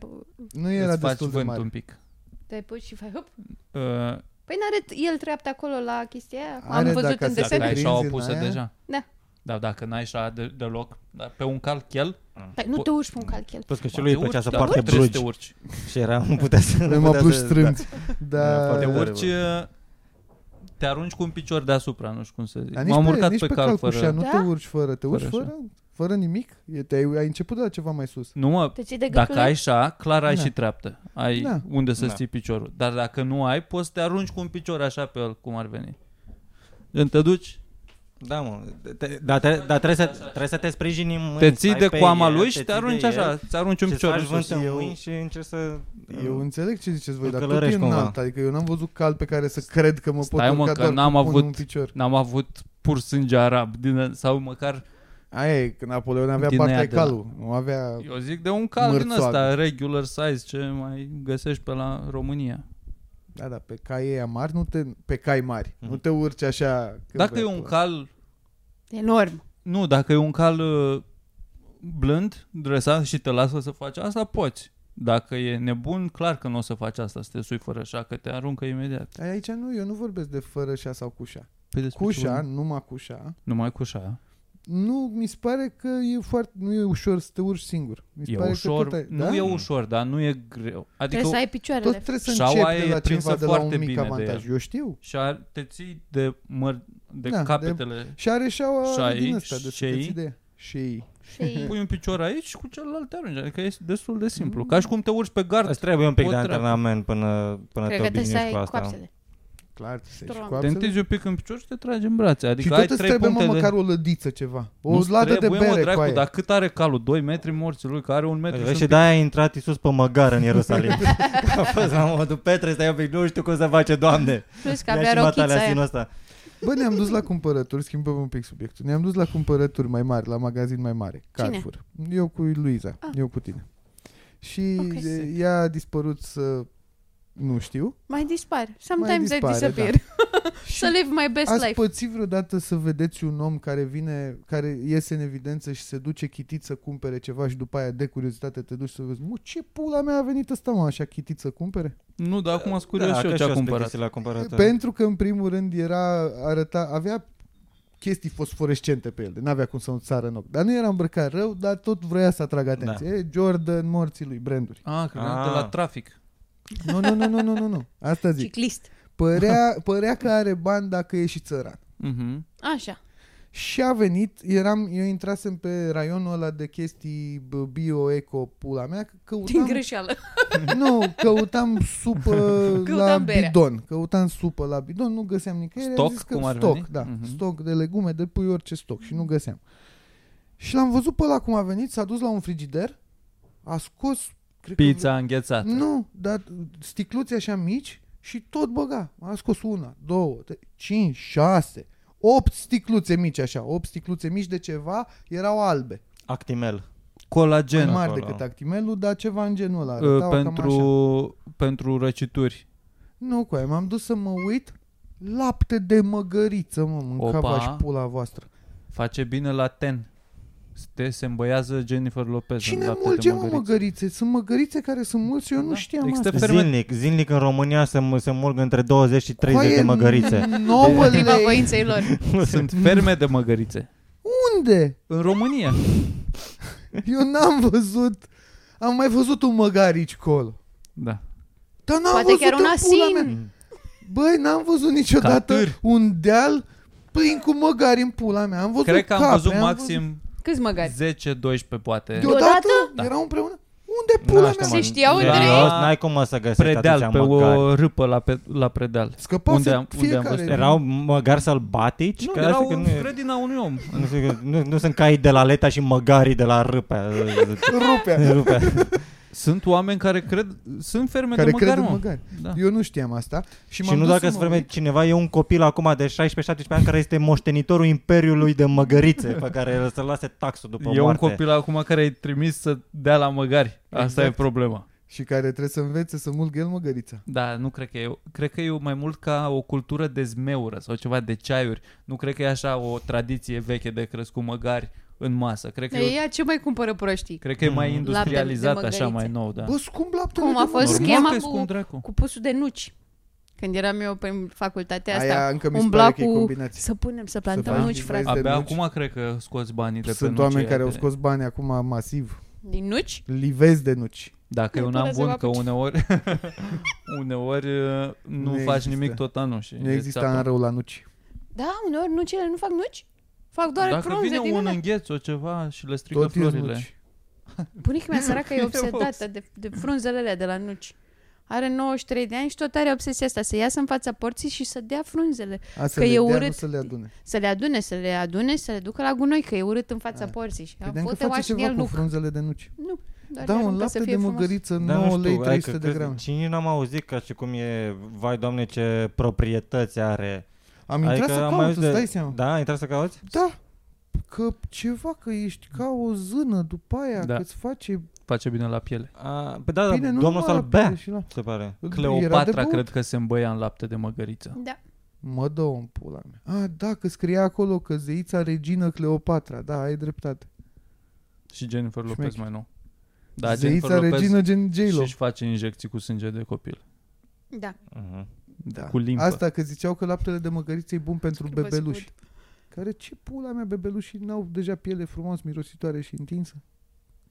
Nu îți era faci destul de vânt mare. un pic. te pui și faci hop? Uh, Păi n-are t- el treaptă acolo la chestia aia? Are, Am văzut dacă în se dacă desen. prinzi ai șaua în pusă aia? deja. Da. Dar dacă n-ai șa de, deloc, dar pe un cal chel, Păi nu te urci pe un cal chel. Plus că și mă, lui te îi plăcea urci, să dar poarte trebuie blugi să te urci. și era, nu putea să... Avem nu putea abluși să- strâmți. Da, Da, foarte Te Tare, urci, uh, te arunci cu un picior deasupra, nu știu cum să zic. Dar nici M-am urcat nici pe, cal cal cu șa, fără... nu Da? te urci fără, te urci Fără fără, șa. fără, nimic? E, te-ai, ai început de la ceva mai sus. Nu mă, Te ții de Dacă gâtul ai șa, clar ai Da. și treaptă. Ai Da. unde să-ți Da. ții piciorul. Dar dacă nu ai, poți să te arunci cu un picior așa pe el, cum ar veni. Gen, te duci, Da, mă. Te- Dar tre- dar trebuie să, trebuie să te sprijini în mâini, te ții stai de pe coama el, lui și te ții de arunci el așa, ți arunci un și picior îți în faci vânt sus. în Eu- mâini și încerci să... Eu înțeleg ce ziceți voi, îl dar tot e călărești cumva. înalt, adică eu n-am văzut cal pe care să cred că mă pot Stai, mă, urca că doar n-am cu pumnul avut- în picior. N-am avut pur sânge arab din, sau măcar, Aia e, că Napoleon avea Din partea aia de de la- calul, nu avea... eu zic, de un cal din Mărțoagă. ăsta, regular size, ce mai găsești pe la România. Da, da, pe cai ăia mari, nu te... pe cai mari, nu te urci așa... când Mhm. Dacă vrei e tu. un cal, Enorm. nu, dacă e un cal uh, blând, dresat și te lasă să faci asta, poți. Dacă e nebun, clar că nu o să faci asta, să te sui fără așa, că te aruncă imediat. Ai- Aici nu, eu nu vorbesc de fără șa sau cu șa. Păi despre Cu ce șa, vorbim? numai cu șa, Numai cu șa. nu, mi se pare că e foarte, nu e ușor să te urci singur. Mi se E pare ușor, că tot ai, nu da? e ușor, dar nu e greu. Trebuie Adică să ai Tot picioarele. trebuie să Șaua începi de e la prinsă ceva, de la un foarte mic bine de avantaj. ea. eu știu. șa te ții de, măr, de Da, da, capetele. Și are șaua Șai, din ăsta, de șei. și de și Și... Pui un picior aici și cu celălalt te arunci. Adică e destul de simplu. Ca și cum te urci pe gard. Îți trebuie un pic O de treabă. antrenament până, până Cred te că trebuie să obișnuiești ai cu asta. coapsele. clar, să ieși Strong. cu Te apsele. întinzi un pic în picior și te tragi în brațe. Și Adică ai tot îți trei trebuie mă puncte măcar de... o lădiță ceva. O Nu-ți ladă de trebuie, mă, bere cu dracu, aia. Dar cât are calul? 2 metri morții lui, care are un metru. Vezi, și și da- un de-aia a intrat Iisus pe măgar în Ierusalim. a fost la modul Petre, stai un pic, nu știu cum să face, Doamne. Plus că Ia avea și rochița batalea aia. sinul ăsta. Bă, ne-am dus la cumpărături, schimbăm un pic subiectul. Ne-am dus la cumpărături mai mari, la magazin mai mare, Cine? Carrefour. Eu cu Luiza, Ah. eu cu tine. Și Ok. e, ea a dispărut să nu știu. Mai dispar. Sometimes mai dispare, I da. disappear. Și To live my best Ați life. pățit vreodată să vedeți un om care vine, care iese în evidență și se duce chitit să cumpere ceva și după aia de curiozitate te duci să vezi, mă, ce pula mea a venit ăsta, mă, așa chitit să cumpere? Nu, dar acum sunt curios și că eu Da, și ce a sunt cumpărat. chestii La cumpărături. Pentru că, în primul rând, era, arăta, avea chestii fosforescente pe el, de n-avea cum să nu țară în ochi. Dar nu era îmbrăcat rău, dar tot vrea să atragă atenție. Da. E Jordan, morții lui, branduri. Ah, că Ah. de la trafic. Nu, nu, nu, nu, nu, nu, nu. Asta zic. Ciclist. Părea, părea că are bani dacă e și țăran. Mhm. Așa. Și a venit, eram, eu intrasem pe raionul ăla de chestii bă, bio, eco, pula mea, că Din căutam, greșeală. nu, căutam supă la Căutam bere. bidon, căutam supă la bidon, nu găseam nicăieri, am Stoc, zis că cum ar stoc, veni? da, Mhm. stoc de legume, de pui, orice stoc și nu găseam. Și l-am văzut pe ăla cum a venit, s-a dus la un frigider, a scos, cred că Pizza înghețată. nu, dar sticluțe așa mici și tot băga. A scos una, două, trei, cinci, șase, opt sticluțe mici așa, opt sticluțe mici de ceva, erau albe. Actimel. Colagen. Mai mari acolo. decât actimelul, dar ceva în genul ăla. Uh, arătau cam așa. pentru, pentru răcituri. Nu, cu aia, m-am dus să mă uit, lapte de măgăriță, mă, mâncava Opa. și pula voastră. Face bine la ten. Te se îmbăiază Jennifer Lopez Cine în lapte mulge, de mă, măgăriță. măgărițe? Sunt măgărițe care sunt mulți, eu nu Da. știam Există asta. Ferme- Zilnic. Zilnic în România se, mu- se mulg între 20 și 30 Coaie, de măgărițe. Nouă Împotriva lei. voinței lor. Sunt ferme de măgărițe. Unde? În România. Eu n-am văzut Am mai văzut un măgarici colo Da. Dar n-am Poate văzut chiar un în pula asin. mea. Băi, n-am văzut niciodată Catâr. un deal plin cu măgari în pula mea Am văzut Cred că am capre, văzut văzut- maxim Câți măgari? 10-12 poate. Deodată? Da. Erau împreună? Unde pula mea? Se știau între ei? ei? N-ai cum să găsești Predeal, atâția pe măgari. o râpă la, pe, la predeal. Scăpase Unde am- unde am fiecare văzut? Erau măgari sălbatici? Nu, Că erau asta că în nu e- grădina unui om. Nu, știu că- nu, nu sunt cai de la Leta și măgarii de la Râpea. Rupea Râpea. Sunt oameni care cred, sunt ferme Care de măgari, cred în mă. măgari Da. Eu nu știam asta Și, Și m-am nu dus dacă să se mă vreme uit. cineva, e un copil acum de 16-17 ani care este moștenitorul imperiului de măgărițe pe care el să lase taxul după E un moarte. copil acum care e trimis să dea la măgari. Asta Exact. e problema. Și care trebuie să învețe să mulgă el măgărița Da, nu cred că e. Cred că e mai mult ca o cultură de zmeură sau ceva de ceaiuri. Nu cred că e așa o tradiție veche de crescut măgari în masă. Cred că, e, Ea ce mai cumpără proștii? cred că e mai Mhm. industrializat, Lapte de așa mai măgărițe. nou, da. Bă, scump laptele Cum a de fost măgăriță. schema că e cu- scump dracu. Cu pusul de nuci. Când eram eu prin facultatea asta. Aia încă mi se umbla pare că e cu... combinație Să punem, să plantăm faci nuci, din frate. varză. Abia nuci. acum cred că scoți banii de pe deci Sunt nuci oameni aia care au de- scos bani acum masiv Din nuci? Livezi de nuci Dacă e Nu un prea an se bun, va că apuce. uneori, uneori uh, nu, Nu faci există. nimic tot anul. Și Exact. Nu e există țeapă. an rău la nuci Da, uneori nucile nu fac nuci. Fac doar Dacă frunze vine din un ele. îngheț, o ceva și le strică Tot florile. nuci. Bunica mea săracă e Eu obsedată de, de frunzele alea de la nuci. Are 93 de ani și tot are obsesia asta, să iasă în fața porții și să dea frunzele. A, să Că le e dea, urât. Da, nu să le adune. Să le adune, să le adune, să le ducă la gunoi, că e urât în fața Ah. porții. Și Credeam că fute face și ceva el cu nu. frunzele de nuci. Nu, doar Da, le un aruncă să lapte fie de frumos. măgăriță, Dar nu 9 știu, lei adică 300 de cred- grame. Cine n-am auzit ca și cum e, vai doamne ce proprietăți are. Am intrat adică să am mai caut, auzit îți de... dai seama. Da, ai intrat să cauți? Da, că ceva, că ești ca o zână după aia, Da. că îți face Face bine la piele. A, pe da, bine, Bine, nu domnul numai să-l laptele bea, și la- se pare. Era de Cleopatra băut. cred că se îmbăia în lapte de măgăriță. Da. Mă dă în pula mea. A, da, că scria acolo că zeița regină Cleopatra. Da, ai dreptate. Și Jennifer Lopez Șmecher. mai nou. Da, zeița Jennifer Lopez regină gen și J-Lo. își face injecții cu sânge de copil. Da. Uh-huh. Da. Cu limpă. Asta că ziceau că laptele de măgăriță e bun pentru Scârbă bebeluși. scurt. Care ce pula mea bebelușii n-au deja piele frumos, mirositoare și întinsă?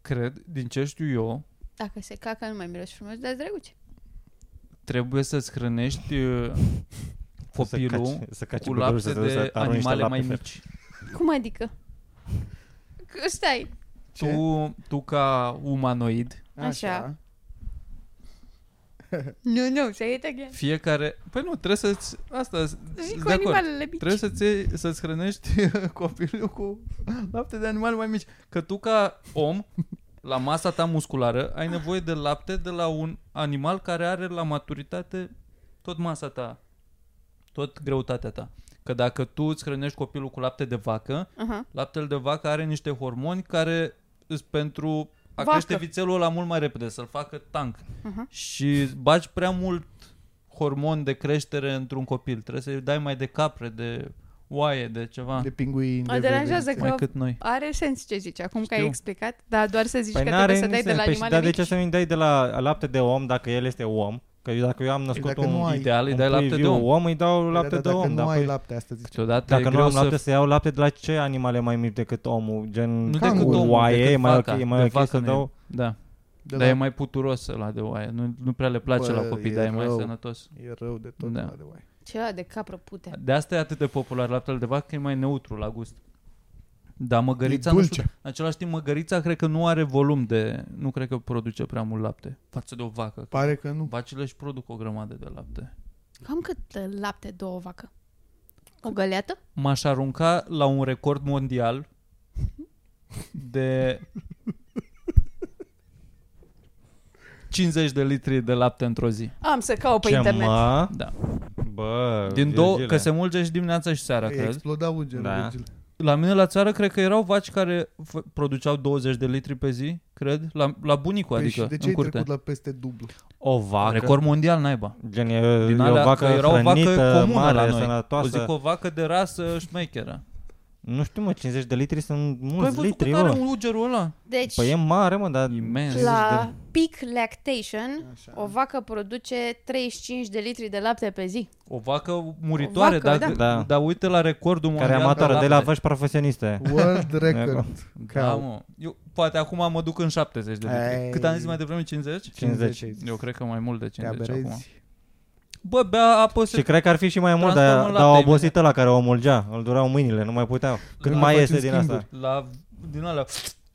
Cred, din ce știu eu, Dacă se cacă, nu mai miroși frumos, dar drăguțe. trebuie să-ți hrănești uh, să copilul caci, să caci cu bebelușul, lapte să- să de arunci niște animale lapte mai fer. mici. Cum adică? Că stai. Ce? Tu, tu ca umanoid, Așa. Nu, nu, să iei again. fiecare... Păi nu, trebuie să-ți... Asta, Și sunt cu de acord. animalele mici. Trebuie să-ți, iei- să-ți hrănești copilul cu lapte de animale mai mici. Că tu ca om, la masa ta musculară, ai nevoie de lapte de la un animal care are la maturitate tot masa ta, tot greutatea ta. Că dacă tu îți hrănești copilul cu lapte de vacă, Aha. laptele de vacă are niște hormoni care sunt pentru a Vacă. crește vițelul ăla mult mai repede, să-l facă tank. Aha. Și îți bagi prea mult hormon de creștere într-un copil. Trebuie să-i dai mai de capre, de oaie, de ceva. De pingui Mă deranjează că mai cât noi. are sens ce zici acum că ai Știu. explicat, dar doar să zici Păi că n-are trebuie să dai de niciun- la păi și animale dar de mici. ce să nu-i dai de la lapte de om dacă el este om? Că eu- dacă eu am născut Exact, dacă un, nu ai- Ideal, îi un dai lapte de preview om. om, îi dau Da, lapte dar de dacă om. nu dar ai păi- lapte astăzi. Câteodată Dacă e nu greu am lapte, să... să iau lapte de la ce animale mai mici decât omul? Gen Nu Canguru. decât omul, oaie, e decât mai ok, vaca. e De mai ok vacă să nu e. dau... Da, De dar la- e mai puturos ăla de oaie. Nu, nu prea le place Bă, la copii, e dar e mai rău. sănătos. E rău de tot. Da. Da. De oaie. Ceva de capră putea. De asta e atât de popular laptele de vacă, că e mai neutru la gust. Dar măgărița, E nu dulce. știu, în același timp măgărița cred că nu are volum de, nu cred că produce prea mult lapte față de o vacă. Pare că nu. Vacile își produc o grămadă de lapte. Cam cât uh, lapte două vacă? O găleată? M-aș arunca la un record mondial de 50 de litri de lapte într-o zi. Am să caut Păi pe Ce, internet. mă? Da. Bă, Din două, Virgile. că se mulge și dimineața și seara, E cred. exploda ugerul. Da. Da. La mine la țară cred că erau vaci care f- produceau 20 de litri pe zi, cred, la, la bunicul, Păi adică și de ce în ai curte. trecut la peste dublu? O vacă. Record mondial naiba. Gen, e, Din e alea, o vacă că era o vacă hrănită, comună mare, la noi. O sănătoasă. zic o vacă de rasă șmecheră. Nu știu, mă, 50 de litri sunt Tu ai mulți Păi văzut litri, cât are bă. un ugerul ăla? Deci, Păi e mare, mă, dar... Imens. la peak lactation, Așa. o vacă produce 35 de litri de lapte pe zi. O vacă muritoare, O dar, vacă, da. da. da. dar uite la recordul Care e mondial. amatoră, de la lapte. văși profesioniste. World record. Da, Ca- mă. Eu, poate acum mă duc în 70 de Ei. litri. Cât am zis mai devreme, 50? 50. Eu cred că mai mult de Te 50 acum. aberezi. Bă, bea apă Și se... cred că ar fi și mai mult, Transformă dar, lapte dar au imediat. obosit la care o mulgea. Îl durau mâinile, nu mai puteau. Cât Da, mai facem iese din asta? schimburi. La... Din alea...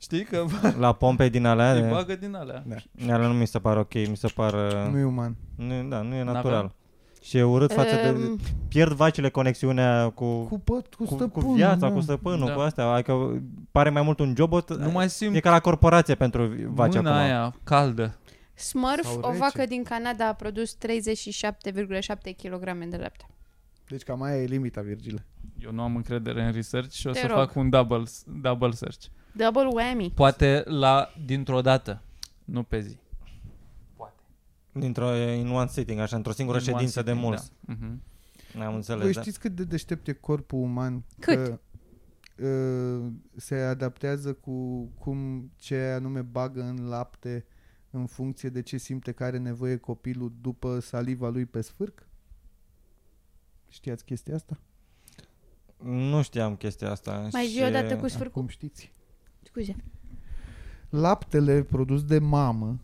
Știi că La pompe din alea, îi de, bagă din alea. alea nu mi se par ok, mi se par... uh, Nu e uman. Nu, e- da, nu e N-avem. natural. Și e urât față de... Ehm, Pierd vacile conexiunea cu... Cu, pot, cu, Cu, cu, stăpânul, viața, da. cu stăpânul, Da. cu astea. Adică pare mai mult un jobot. Nu mai simt E ca la corporație pentru vaci mâna acum. aia caldă. Smurf, Sau o rece. vacă din Canada a produs 37,7 kg de lapte. Deci cam aia e limita, Virgile. Eu nu am încredere în research și o Te să rog. fac un double, double search. Double whammy. Poate la dintr-o dată, nu pe zi. Dintr-o, in one sitting, așa, într-o singură In one ședință sitting, de mulți. Da. Mhm. Da. Am înțeles, Voi da. știți cât de deștept e corpul uman? Cât? Că, uh, se adaptează cu cum ce anume bagă în lapte în funcție de ce simte că are nevoie copilul după saliva lui pe sfârc? Știați chestia asta? Nu știam chestia asta. Mai și... zi o dată cu sfârcul. Cum știți? Scuze. Laptele produs de mamă,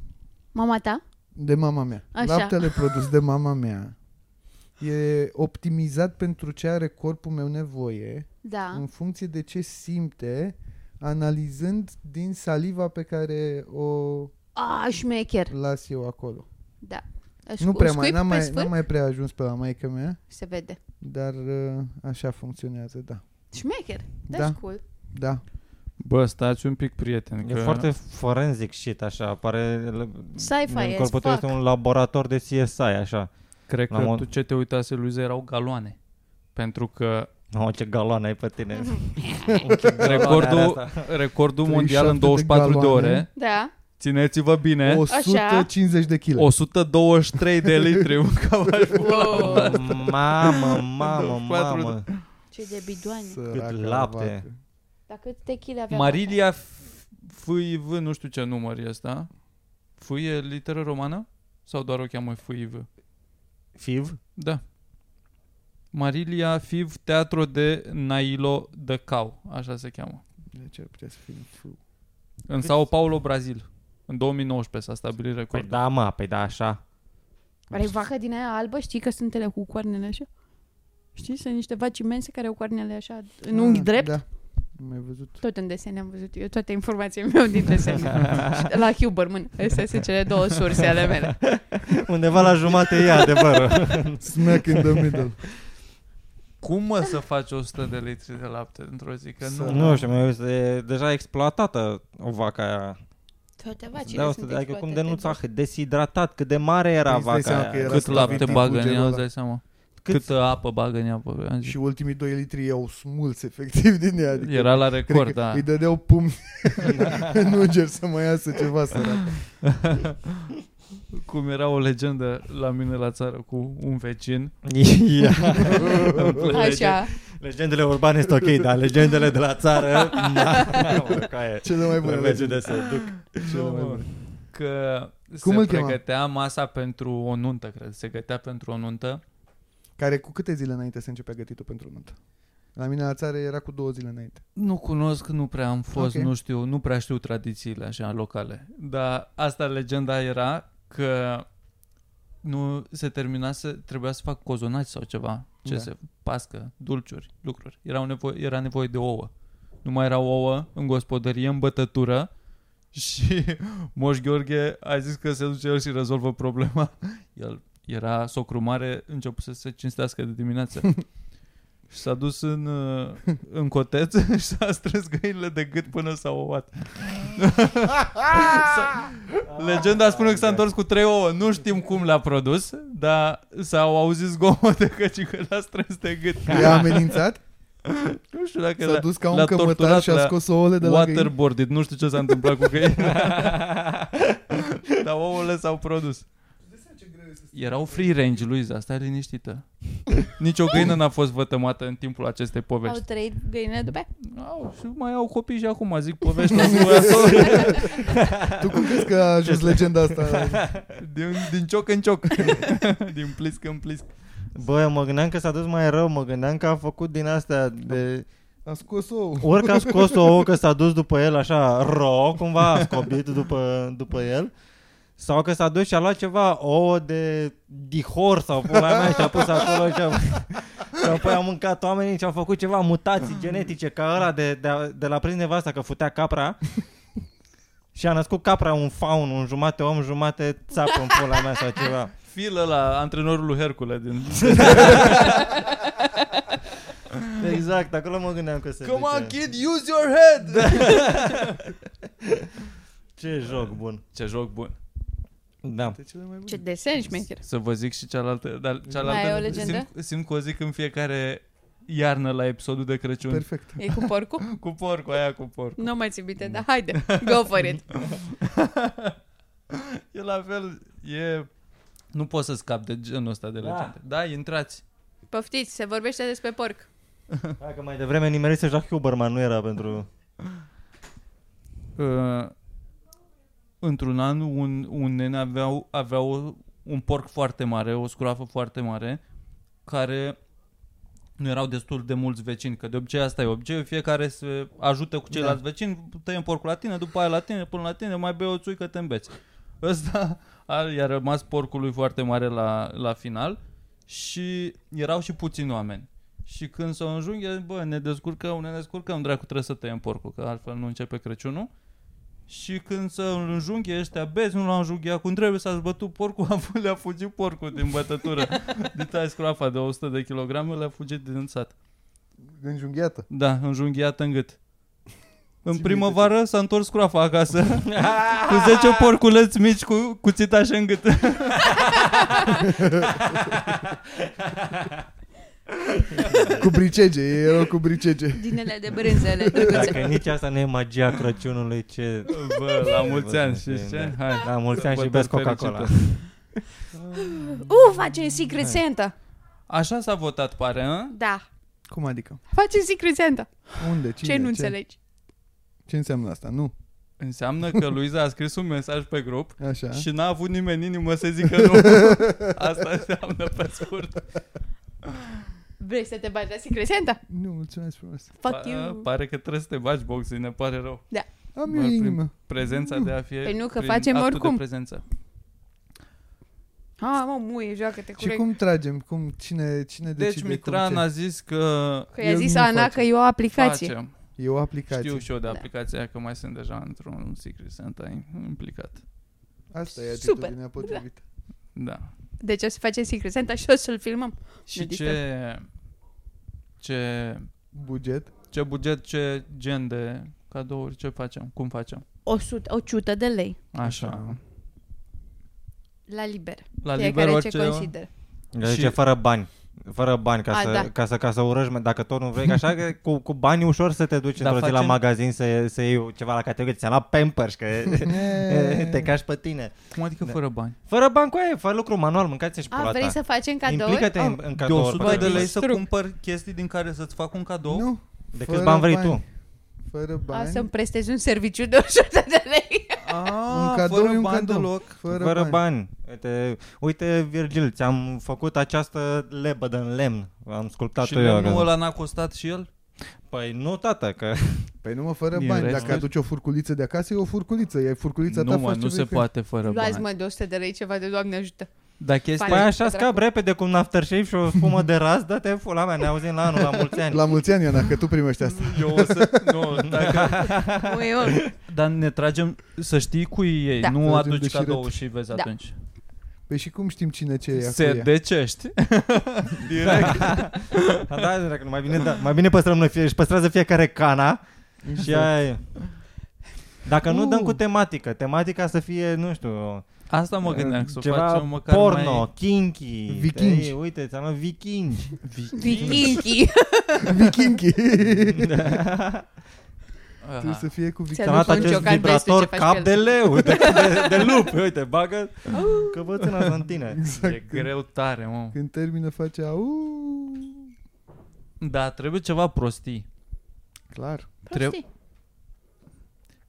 Mama ta? de mama mea. Așa. Laptele produs de mama mea e optimizat pentru ce are corpul meu nevoie. Da. în funcție de ce simte, analizând din saliva pe care o A, șmecher. las eu acolo. Da. nu Scu- prea mai, scuip n-am pe mai, sfârc? n-am mai prea ajuns pe la maică mea, Se vede. dar uh, așa funcționează, da. Șmecher. That's Da. cool. Da. Bă, stați un pic, prieten. E că foarte forensic shit, așa. Pare... Sci-fi în as corpul tău fuck. este un laborator de CSI, așa. Cred La că mod- tu ce te uitase, Luiza, erau galoane. Pentru că Oh, ce galoană ai pe tine. recordul, recordul mondial 37 de în 24 de, galoane. ore, Da. țineți-vă bine, 150 de kg. 123 de litri mâncava Wow. mamă, mamă, Patru- mamă. Ce de bidoane. Săraca Cât lapte. vacă. Dar cât tequila avea vaca? Marilia FIV, nu știu ce număr e asta. Fui e literă romană? Sau doar o cheamă FIV? Fiv? Da. Marilia FIV, teatru de Nailo de Cau, așa se cheamă. De ce ar putea să fie un fiu? În Sao Paulo, Brazil. În 2019 s-a stabilit Păi recordul. da, mă, păi da, așa. Oare e vacă din aia albă? Știi că sunt ele cu coarnele așa? Știi? Sunt niște vaci imense care au coarnele așa în unghi Ah, drept. Da. Nu mai văzut. Tot în desene am văzut eu toate informațiile mele din desene. Și la Huberman. Astea sunt cele două surse ale mele. Undeva la jumate e adevărul. Smack in the middle. Cum mă să faci 100 de litri de lapte într-o zi? Că nu. nu știu, mai e deja exploatată o vaca aia. Toate Da, vacile asta, sunt adică cum de exploatate. nu ah, deshidratat, cât de mare era Îți dai vaca seama aia. că era Cât Asta lapte vine bagă în cugerul ea, îți ăla. dai seama? Cât- Câtă apă bagă în ea, bă, am zis. Și ultimii 2 litri i-au smuls efectiv din ea. Adică Era la Cred record, că da. îi dădeau pumni în unger să mai iasă ceva sărat. Cum era o legendă la mine la țară cu un vecin. Ia. Așa. Legendele urbane sunt ok, dar legendele de la țară... na, mă, ca e. Cele mai bune Trebuie legende. de să duc. Cele mai bune. că Cum se îl chema? pregătea masa pentru o nuntă, cred. Se gătea pentru o nuntă. Care cu câte zile înainte se începea gătitul pentru nuntă? La mine la țară era cu două zile înainte. Nu cunosc, nu prea am fost, Ok. okay. nu știu, nu prea știu tradițiile așa locale. Dar asta legenda era că nu se termina să trebuia să fac cozonaci sau ceva. Ce Da. da. se pască, dulciuri, lucruri. Erau nevo- era nevoie de ouă. Nu mai erau ouă în gospodărie, în bătătură și Moș Gheorghe a zis că se duce el și rezolvă problema. El era socru mare, început să se cinstească de dimineață. Și s-a dus în, uh, în coteț și s-a strâns găinile de gât până s-a ouat. S-a- Legenda spune că s-a întors cu trei ouă. Nu știm cum le-a produs, dar s-au auzit zgomote că că l-a strâns de gât. I-a amenințat, Nu știu dacă s-a le- dus ca un le-a cămătar torturat, și a le-a scos ouăle de la găini. waterboarded. Nu știu ce s-a întâmplat cu găinile. dar ouăle s-au produs. Erau free range, Luiza, stai liniștită. Nici o găină n-a fost vătămată în timpul acestei Au povești. trăit găinile de bec. Au, și mai au copii și acum, zic povestea să vă asculte. Tu cum crezi că a ajuns legenda asta? din, din cioc în cioc. din plisc în plisc. Bă, eu mă gândeam că s-a dus mai rău, mă gândeam că a făcut din astea de... A scos ou. Ori că a scos o ouă că s-a dus după el așa ro, cumva a scobit după, după el. Sau că s-a dus și a luat ceva ouă de dihor sau pula mea și a pus acolo și, a, și apoi a mâncat oamenii și au făcut ceva mutații genetice ca ăla de, de, de la prins nevasta că futea capra și a născut capra un faun, un jumate om, jumate țap în pula mea sau ceva. Fil la antrenorul lui Hercule din... Exact, acolo mă gândeam că se Come duce. on kid, use your head! Ce joc bun. Ce joc bun. Da. Ce desen șmecher. Să vă zic și cealaltă, dar cealaltă Mai e o legendă? Simt, simt că o zic în fiecare iarnă la episodul de Crăciun Perfect. Perfect. E cu porcul? cu porcul aia cu porcul. Nu mai ți minte, dar haide, go for it. E la fel, e nu pot să scap de genul ăsta de Da. legende. Da, intrați. Poftiți, se vorbește despre porc. Hai că mai devreme nimerise Jacques Huberman, nu era pentru... Uh, într-un an un, un nene avea, avea o, un porc foarte mare, o scroafă foarte mare, care nu erau destul de mulți vecini, că de obicei asta e obicei, fiecare se ajută cu ceilalți da. vecini, tăiem porcul la tine, după aia la tine, până la tine, mai bei o țuică, te îmbeți. Ăsta a, i-a rămas porcului foarte mare la, la final și erau și puțini oameni. Și când s-o înjunghe, bă, ne descurcăm, ne descurcăm, dracu, trebuie să tăiem porcul, că altfel nu începe Crăciunul. Și când să îl înjunghe ăștia bezi, nu l-a înjunghiat cum trebuie, s-a zbătut porcul, a f- le-a fugit porcul din bătătură. Dita scroafa de 100 de kilograme le-a fugit din sat. Înjunghiată. Da, înjunghiat în gât. În primăvară s-a întors scroafa acasă cu 10 porculeți mici cu cuțitașe în gât. Cu bricege, ei erau cu bricege. Dinele de brânzele, drăguțe. Dacă nici asta nu e magia Crăciunului, ce... Bă, la mulți ani, Bă, și ce? da. Hai. La mulți ani și bezi Coca-Cola. Uh, facem Secret Santa. Așa s-a votat, pare, hă? Da, Cum adică? facem Secret Santa. Unde? Cine? Ce nu înțelegi? Ce înseamnă asta? Nu. Înseamnă că Luiza a scris un mesaj pe grup Așa. Și n-a avut nimeni inimă să zică nu. Asta înseamnă pe scurt. Vrei să te bagi la Secret Santa? Nu, mulțumesc frumos. Fuck Pa- you. Pare că trebuie să te bagi boxing, ne pare rău. Am Doar eu inimă. Prezența de a fi Păi nu, că prin facem actul oricum. De prezență. Ah, mă, muie, joacă-te cu Și reg- cum tragem? Cum, cine, cine Deci decide Mitran cum a ce? zis că Că i-a El zis nu Ana face. că e o aplicație. facem. E o aplicație. Știu și eu de Da. aplicația aia că mai sunt deja într-un Secret Santa implicat. Asta e Super. atitudinea potrivită. Da. Deci o să facem Secret Santa și o să-l filmăm. Și Ne ce, ce, Buget. ce buget, ce gen de cadouri, ce facem, cum facem? 100, o ciută de lei. Așa. La liber. La Fiecare liber ce orice... consideră. Deci Și- fără bani. Fără bani, ca, A, să, da. ca, să, ca să urăști, dacă tot nu vrei, că așa că cu, cu bani ușor să te duci Dar într-o zi la facem- magazin să, să iei ceva la categorie, ți-am luat Pampers, că te cași pe tine. Cum adică Da. fără bani? Fără bani cu aia, fă lucru manual, mâncați și A, pula vrei ta. să facem cadouri? Implică-te în, Oh, în de 100 cadouri. de Bă, lei te să distrug. cumpăr chestii din care să-ți fac un cadou? Păi Nu. De Fără câți bani vrei bani. tu? Fără A, bani. să-mi prestezi un serviciu de 100 de lei. Ah, Un cadou fără e un bani cadou. deloc. Fără, Fără bani. Uite, uite, Virgil, ți-am făcut această lebădă în lemn. Am sculptat Și eu. nu ăla n-a costat și el? Păi nu, tată, că... Păi nu mă, fără Din bani. rest- Dacă aduci o furculiță de acasă, e o furculiță. E furculița ta, Nu, mă, faci ce nu vrei se cu ea. poate fără Luați bani. mă de 100 de lei ceva de Doamne ajută. Dar chestia Păi Păi, așa pe scap dracu. repede cu un aftershave și o spumă de raz, dă-te în pula mea, ne auzim la anul, la mulți ani. La mulți ani, Iona, că tu primești asta. Eu o să... Nu, dacă... Ui, ui. Dar ne tragem, să știi cu ei, Da. nu Tragem de aduci șiret. cadou și vezi Da. atunci. Păi și cum știm cine ce e acolo? Se decești. Direct. Da, da, dacă nu, mai bine, da, mai bine păstrăm noi, fie, își păstrează fiecare cana Exact. și aia e. Dacă nu, dăm cu tematică. Tematica să fie, nu știu, uh, Asta Uh. mă gândeam, să o ceva facem măcar porno, mai... kinky. Vikingi. Ei, uite, ți-am luat vikingi. Vikingi. Vikingi. Da. Da. Aha. Trebuie să fie cu viking. Ți-a Ți-am luat dus un acest ciocan peste vibrator ce faci cap cu de el. leu, de, de, de lup. Uite, bagă căpățâna asta în tine. E greu tare, mă. Când termină face au. Da, trebuie ceva prostii. Clar. Trebuie... Prostii.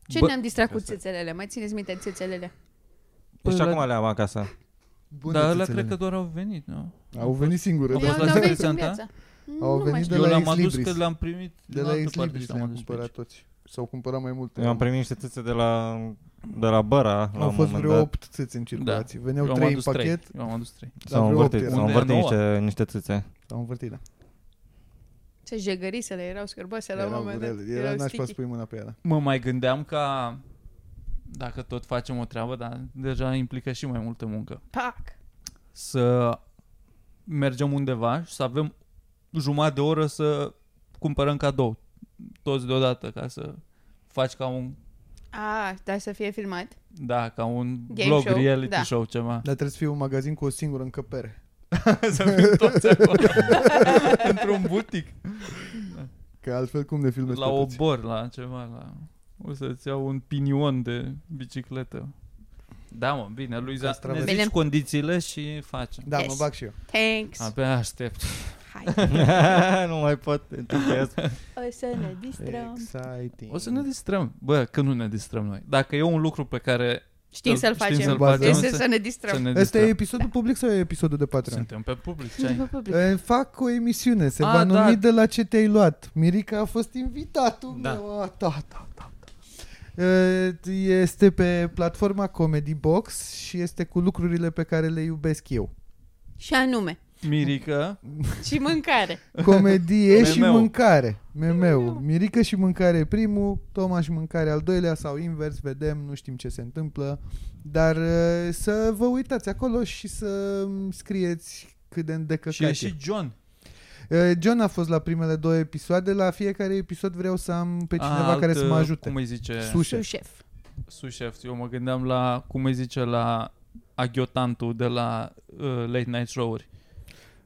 Ce Bă- ne-am distrat cu țețelele? Mai țineți minte țețelele? Păi și la- acum le am acasă. Bun, Dar ăla cred că doar au venit, nu? Au venit singură. da. Au Eu fost la n-am Secret venit în Santa? viață. Au Nu mai venit știu. de Eu la l-am Ex adus Libris. că l-am primit De în la altă Ex parte și Libris l-am le-am adus pe cumpărat aici. toți. S-au cumpărat mai multe. Eu am primit niște țâțe de la, de la Băra. La Au un fost moment vreo dat. Da. 8 țâți în circulație. Veneau Eu am 3 în adus trei. pachet. Eu am adus trei. Da. dar S-au vreo opt învârtit, era. s-au Unde? învârtit Nouă? niște, niște țâțe. S-au învârtit, da. Ce jegărisele erau scârboase la un Erau moment dat. grele. Era Erau n-aș să sticky. pui mâna pe ea. da. Mă mai gândeam ca dacă tot facem o treabă, dar deja implică și mai multă muncă. Pac! Să mergem undeva și să avem jumătate de oră să cumpărăm cadou. Toți deodată, ca să faci ca un, A, Ah, dar să fie filmat. da, ca un Game blog show, reality da. show ceva. Dar trebuie să fie un magazin cu o singură încăpere. Da, să fim toți acolo. Într-un butic. Că altfel cum ne filmezi La pe toți? obor, la ceva, la... O să-ți iau un pinion de bicicletă. Da, mă, bine, Luiza, ne Castraveți. zici Bine. condițiile și facem. Da, mă Yes. bag și eu. Thanks! Abia aștept. Hai, nu mai pot. entuziasm. o să ne distrăm. Exciting. O să ne distrăm. Bă, că nu ne distrăm noi. Dacă e un lucru pe care Știm să-l știm facem. să-l facem, Este să- să ne să distrăm. ne Asta e distrăm. episodul public sau e episodul de Patreon? Suntem pe public, ce ai? E, Eh, Fac o emisiune, se A, va numi da. de la ce te-ai luat. Mirica a fost invitatul Da. meu. A, Da, da, da, da. E, Este pe platforma Comedy Box și este cu lucrurile pe care le iubesc eu. Și anume. Mirica, Și mâncare. Comedie și Memeu. mâncare. Memeu. Mirica și mâncare e primul, Toma și mâncare al doilea sau invers, vedem, nu știm ce se întâmplă. Dar e, să vă uitați acolo și să îmi scrieți cât de și e îndecăcat e. și John. Uh, John a fost la primele două episoade, la fiecare episod vreau să am pe cineva Alt, care să mă ajute. Ah, Cum îi zice? Sușe. Șef. Sușef. Eu mă gândeam la, cum îi zice, la aghiotantul de la uh, late night show-uri.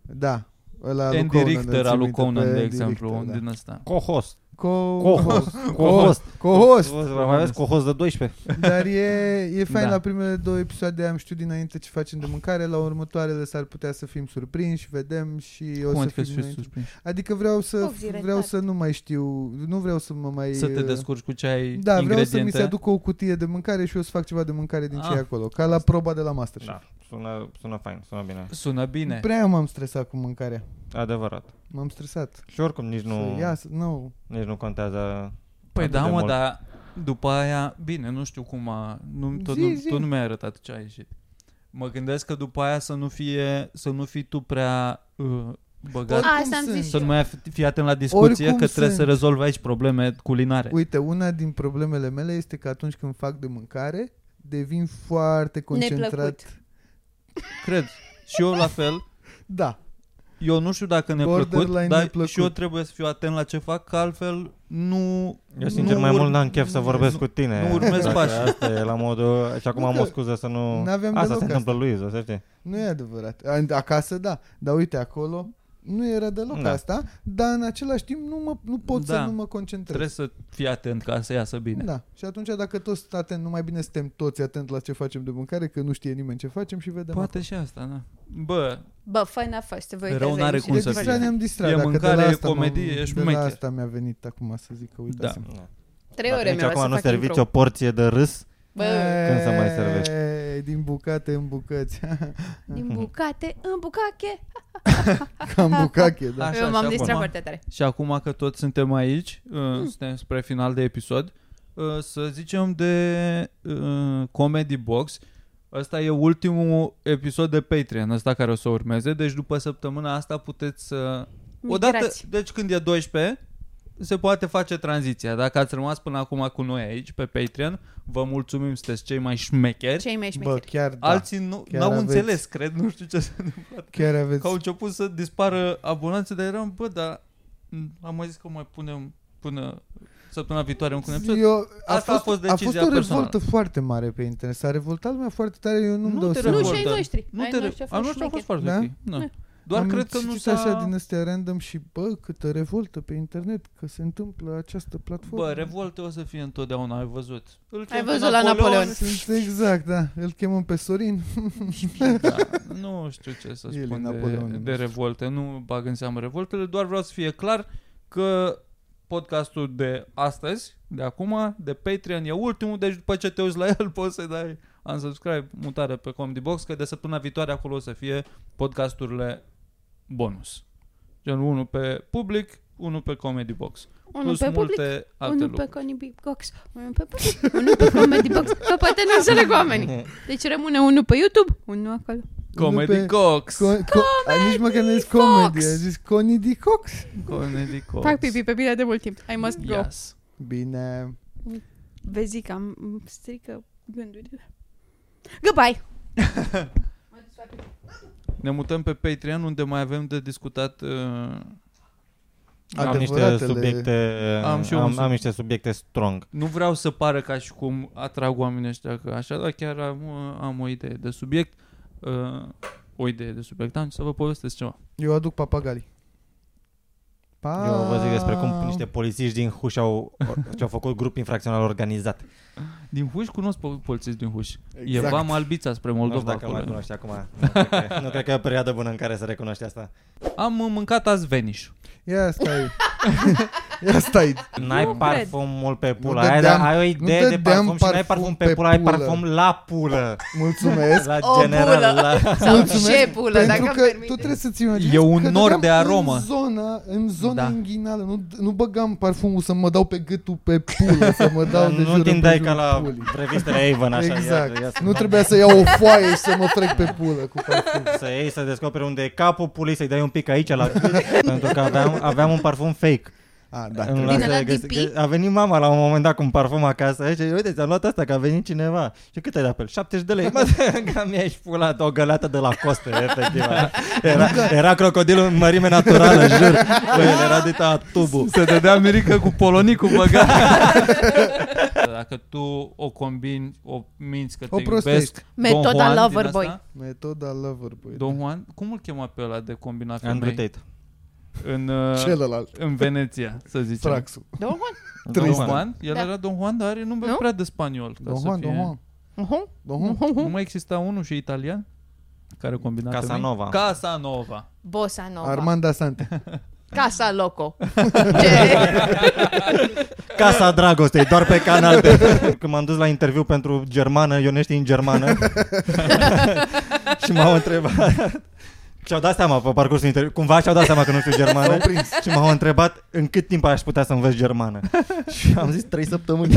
Da. Ăla lui Andy Conan, îl Richter, țin al lui minte Conan, pe de Andy exemplu, Richter, da. din ăsta. Cohost. Co- Cohost. Cohost. Cohost. Cohost. Vă mai aveți cohost de 12. Dar e, e fain Da. la primele două episoade am știut dinainte ce facem de mâncare, la următoarele s-ar putea să fim surprinși, vedem și o Cum să adică fim să fii noi... surprins? Adică vreau să Of, direct, vreau tati. să nu mai știu, nu vreau să mă mai Să te uh, descurci cu ce ai Da, vreau să mi ingrediente. se aducă o cutie de mâncare și eu să fac ceva de mâncare din ce Ah. e acolo, ca la proba de la Masterchef. Da, sună, sună fain, sună bine. Sună bine. Prea m-am stresat cu mâncarea. Adevărat. M-am stresat. Și oricum nici Nu. nu, Să iasă, nu. nici nu contează. Păi atât da, de mă, mult. dar după aia, bine, nu știu cum a, nu, tot, Zi, nu, zi. tot nu mi-ai arătat ce a ieșit. Mă gândesc că după aia să nu fie, să nu fii tu prea uh, băgat, Oricum Asta am sunt. zis să nu eu. mai fi- fii atent la discuție, Oricum că trebuie să sunt. rezolvi aici probleme culinare. Uite, una din problemele mele este că atunci când fac de mâncare, devin foarte concentrat. Neplăcut. Cred. Și eu la fel. Da. Eu nu știu dacă ne-a Borderline plăcut, dar neplăcut. și eu trebuie să fiu atent la ce fac, că altfel nu... Eu sincer nu mai urm- mult n-am chef să vorbesc nu- cu tine. nu urmez Dacă pașii. Asta e la modul... Și acum Nu am că o scuză să nu... n-aveam Asta deloc se întâmplă asta. lui, Izo, să știi. Nu e adevărat. A- Acasă, da. Dar uite, acolo nu era deloc Da. da. asta, dar în același timp nu, mă, nu pot da. Da. să nu mă concentrez. Trebuie să fii atent ca să iasă bine. Da. Și atunci dacă toți atent, nu mai bine suntem toți atent la ce facem de mâncare, că nu știe nimeni ce facem și vedem. Poate și asta, da. Bă, Bă, fain a fost. Vă Rău uitați la n-are emisiune. cum Cum să deci fie. așa ne-am distrat. E dacă mâncare, de la e asta m-am- comedie, ești De la șmecher. asta mi-a venit acum să zic că uitați-mă. Da. Trei ore Dacă nici mi-au acum să nu fac servici intro. o porție de râs, Bă, Când se mai servește? Ei, Din bucate în bucăți. din bucate în bucache. Cam bucache, da. Așa, Eu și m-am acum- distrat foarte tare. Și acum că toți suntem aici, uh, Hmm. suntem spre final de episod, uh, să zicem de uh, Comedy Box. Ăsta e ultimul episod de Patreon, ăsta care o să urmeze, deci după săptămâna asta puteți să... Migrați. Odată, deci când e 12, se poate face tranziția. Dacă ați rămas până acum cu noi aici pe Patreon, vă mulțumim, sunteți cei mai șmecheri. Cei mai Bă, șmecheri. chiar da. Alții nu, chiar n-au aveți. înțeles, cred, nu știu ce să Chiar aveți... Că au început să dispară abonanțe, dar eram, bă, dar m, am mai zis că mai punem până săptămâna viitoare încă un episod. Eu, a, Asta a fost, fost a decizia fost o personală. revoltă foarte mare pe internet. S-a revoltat lumea foarte tare, eu nu-mi Nu dau te seama. Nu, revoltă. și ai Bogdan. noștri. Nu Ai te noștri re... a A fost noastră a fost șmecher. foarte Da? ok. Da. Doar Am cred că nu citit s-a... așa din astea random și bă, câtă revoltă pe internet că se întâmplă această platformă. Bă, revolte o să fie întotdeauna, ai văzut. Îl chem Ai pe văzut la Napoleon. Sunt exact, da. Îl chemăm pe Sorin. Da, nu știu ce să El e spun Napoleonul de, de nostru. revolte. Nu bag în seamă revoltele, doar vreau să fie clar că podcastul de astăzi, de acum, de Patreon, e ultimul, deci după ce te uiți la el poți să dai unsubscribe, mutare pe Comedy Box, că de săptămâna viitoare acolo o să fie podcasturile bonus. Gen unul pe public, unul pe Comedy Box. Unul plus pe public, multe alte unul pe lucruri. Comedy Box, unul pe public, unul pe Comedy Box, că poate nu înțeleg oamenii. Deci rămâne unul pe YouTube, unul acolo. Comedy pe- Cox. Co- co- a, nici măcar nu zis Fox! comedy, a zis Conidi Cox. Comedy Cox. Fac pipi pe mine de mult timp. I must go. Yes. Bine. Vezi că am îmi strică gândurile. Goodbye! Ne mutăm pe Patreon unde mai avem de discutat uh, Am niște Adevăratele- subiecte, Am am, și eu un am, sub- am niște subiecte strong. Nu vreau să pară ca și cum atrag oamenii ăștia că așa, dar chiar am, uh, am o idee de subiect. Uh, o idee de subiect. Am să vă povestesc ceva. Eu aduc papagalii. Pa. Eu vă zic despre Ah. cum niște polițiști din Huș au, ce-au făcut grup infracțional organizat. Din Huș cunosc po- polițiști din Huș. Exact. E Exact. Vam Albița spre Nu știu Moldova dacă mai acolo. cunoști acum. Nu cred, că, nu cred că e o perioadă bună în care să recunoști asta. Am uh, mâncat azi veniș. Ia stai. Ia stai. N-ai Nu parfum mult pe pula. Nu Ai, dădeam- ai o nu idee de dădeam parfum și n-ai parfum parfum pe pe pula, ai pulă. parfum la pulă. Mulțumesc. La O general. pulă. La... Sau Mulțumesc șepulă, pentru dacă că îmi permite. tu trebuie să-ți imaginezi E un că nor dădeam de aromă. În zona, în zona Da. da. inghinală. Nu, nu băgam parfumul să mă dau pe gâtul pe pulă, să mă dau de nu jur tindeai ca împrejurul la pulii. revistele Avon așa. exact. Ia, ia, să- nu trebuia să iau o foaie și să mă frec pe pulă cu parfum. să iei, să descoperi unde e capul pulii, să-i dai un pic aici la pentru că aveam, aveam un parfum fake. A, da. În Din luase- ăla găs- DP? găs- a venit mama la un moment dat cu un parfum acasă și uite, ți-am luat asta că a venit cineva. Și cât ai dat pe el? 70 de lei. Mă, că mi-ai pulat o găleată de la costă, efectiv. Era, era crocodilul în mărime naturală, jur. Bă, el era de ta tubul. Se dădea mirică cu polonicul băgat. Dacă tu o combini, o minți că O te prostești. iubesc. Don Metoda Juan din Loverboy. asta- Metoda Loverboy. Don Juan, cum îl chema pe ăla de combinat Andrew femei? Tate. În, uh, Celălalt. în Veneția, să zicem. Traxul. Două Don Tristan. Juan? El Da. era Don Juan, dar are nume Nu? prea de spaniol. Ca Da, Don să Juan, fie... Don Juan. Don Juan. Nu mai exista unul și italian? Care combina Casanova. femei? Casanova. Bossa Nova. Armanda Sante. Casa Loco. Ce? Casa Dragostei, doar pe canal. Pe... Când m-am dus la interviu pentru germană, Ionești în germană, și m-au întrebat... Și-au dat seama pe parcursul interviu, cumva și-au dat seama că nu știu germană Și m-au întrebat în cât timp aș putea să învăț germană Și am zis 3 săptămâni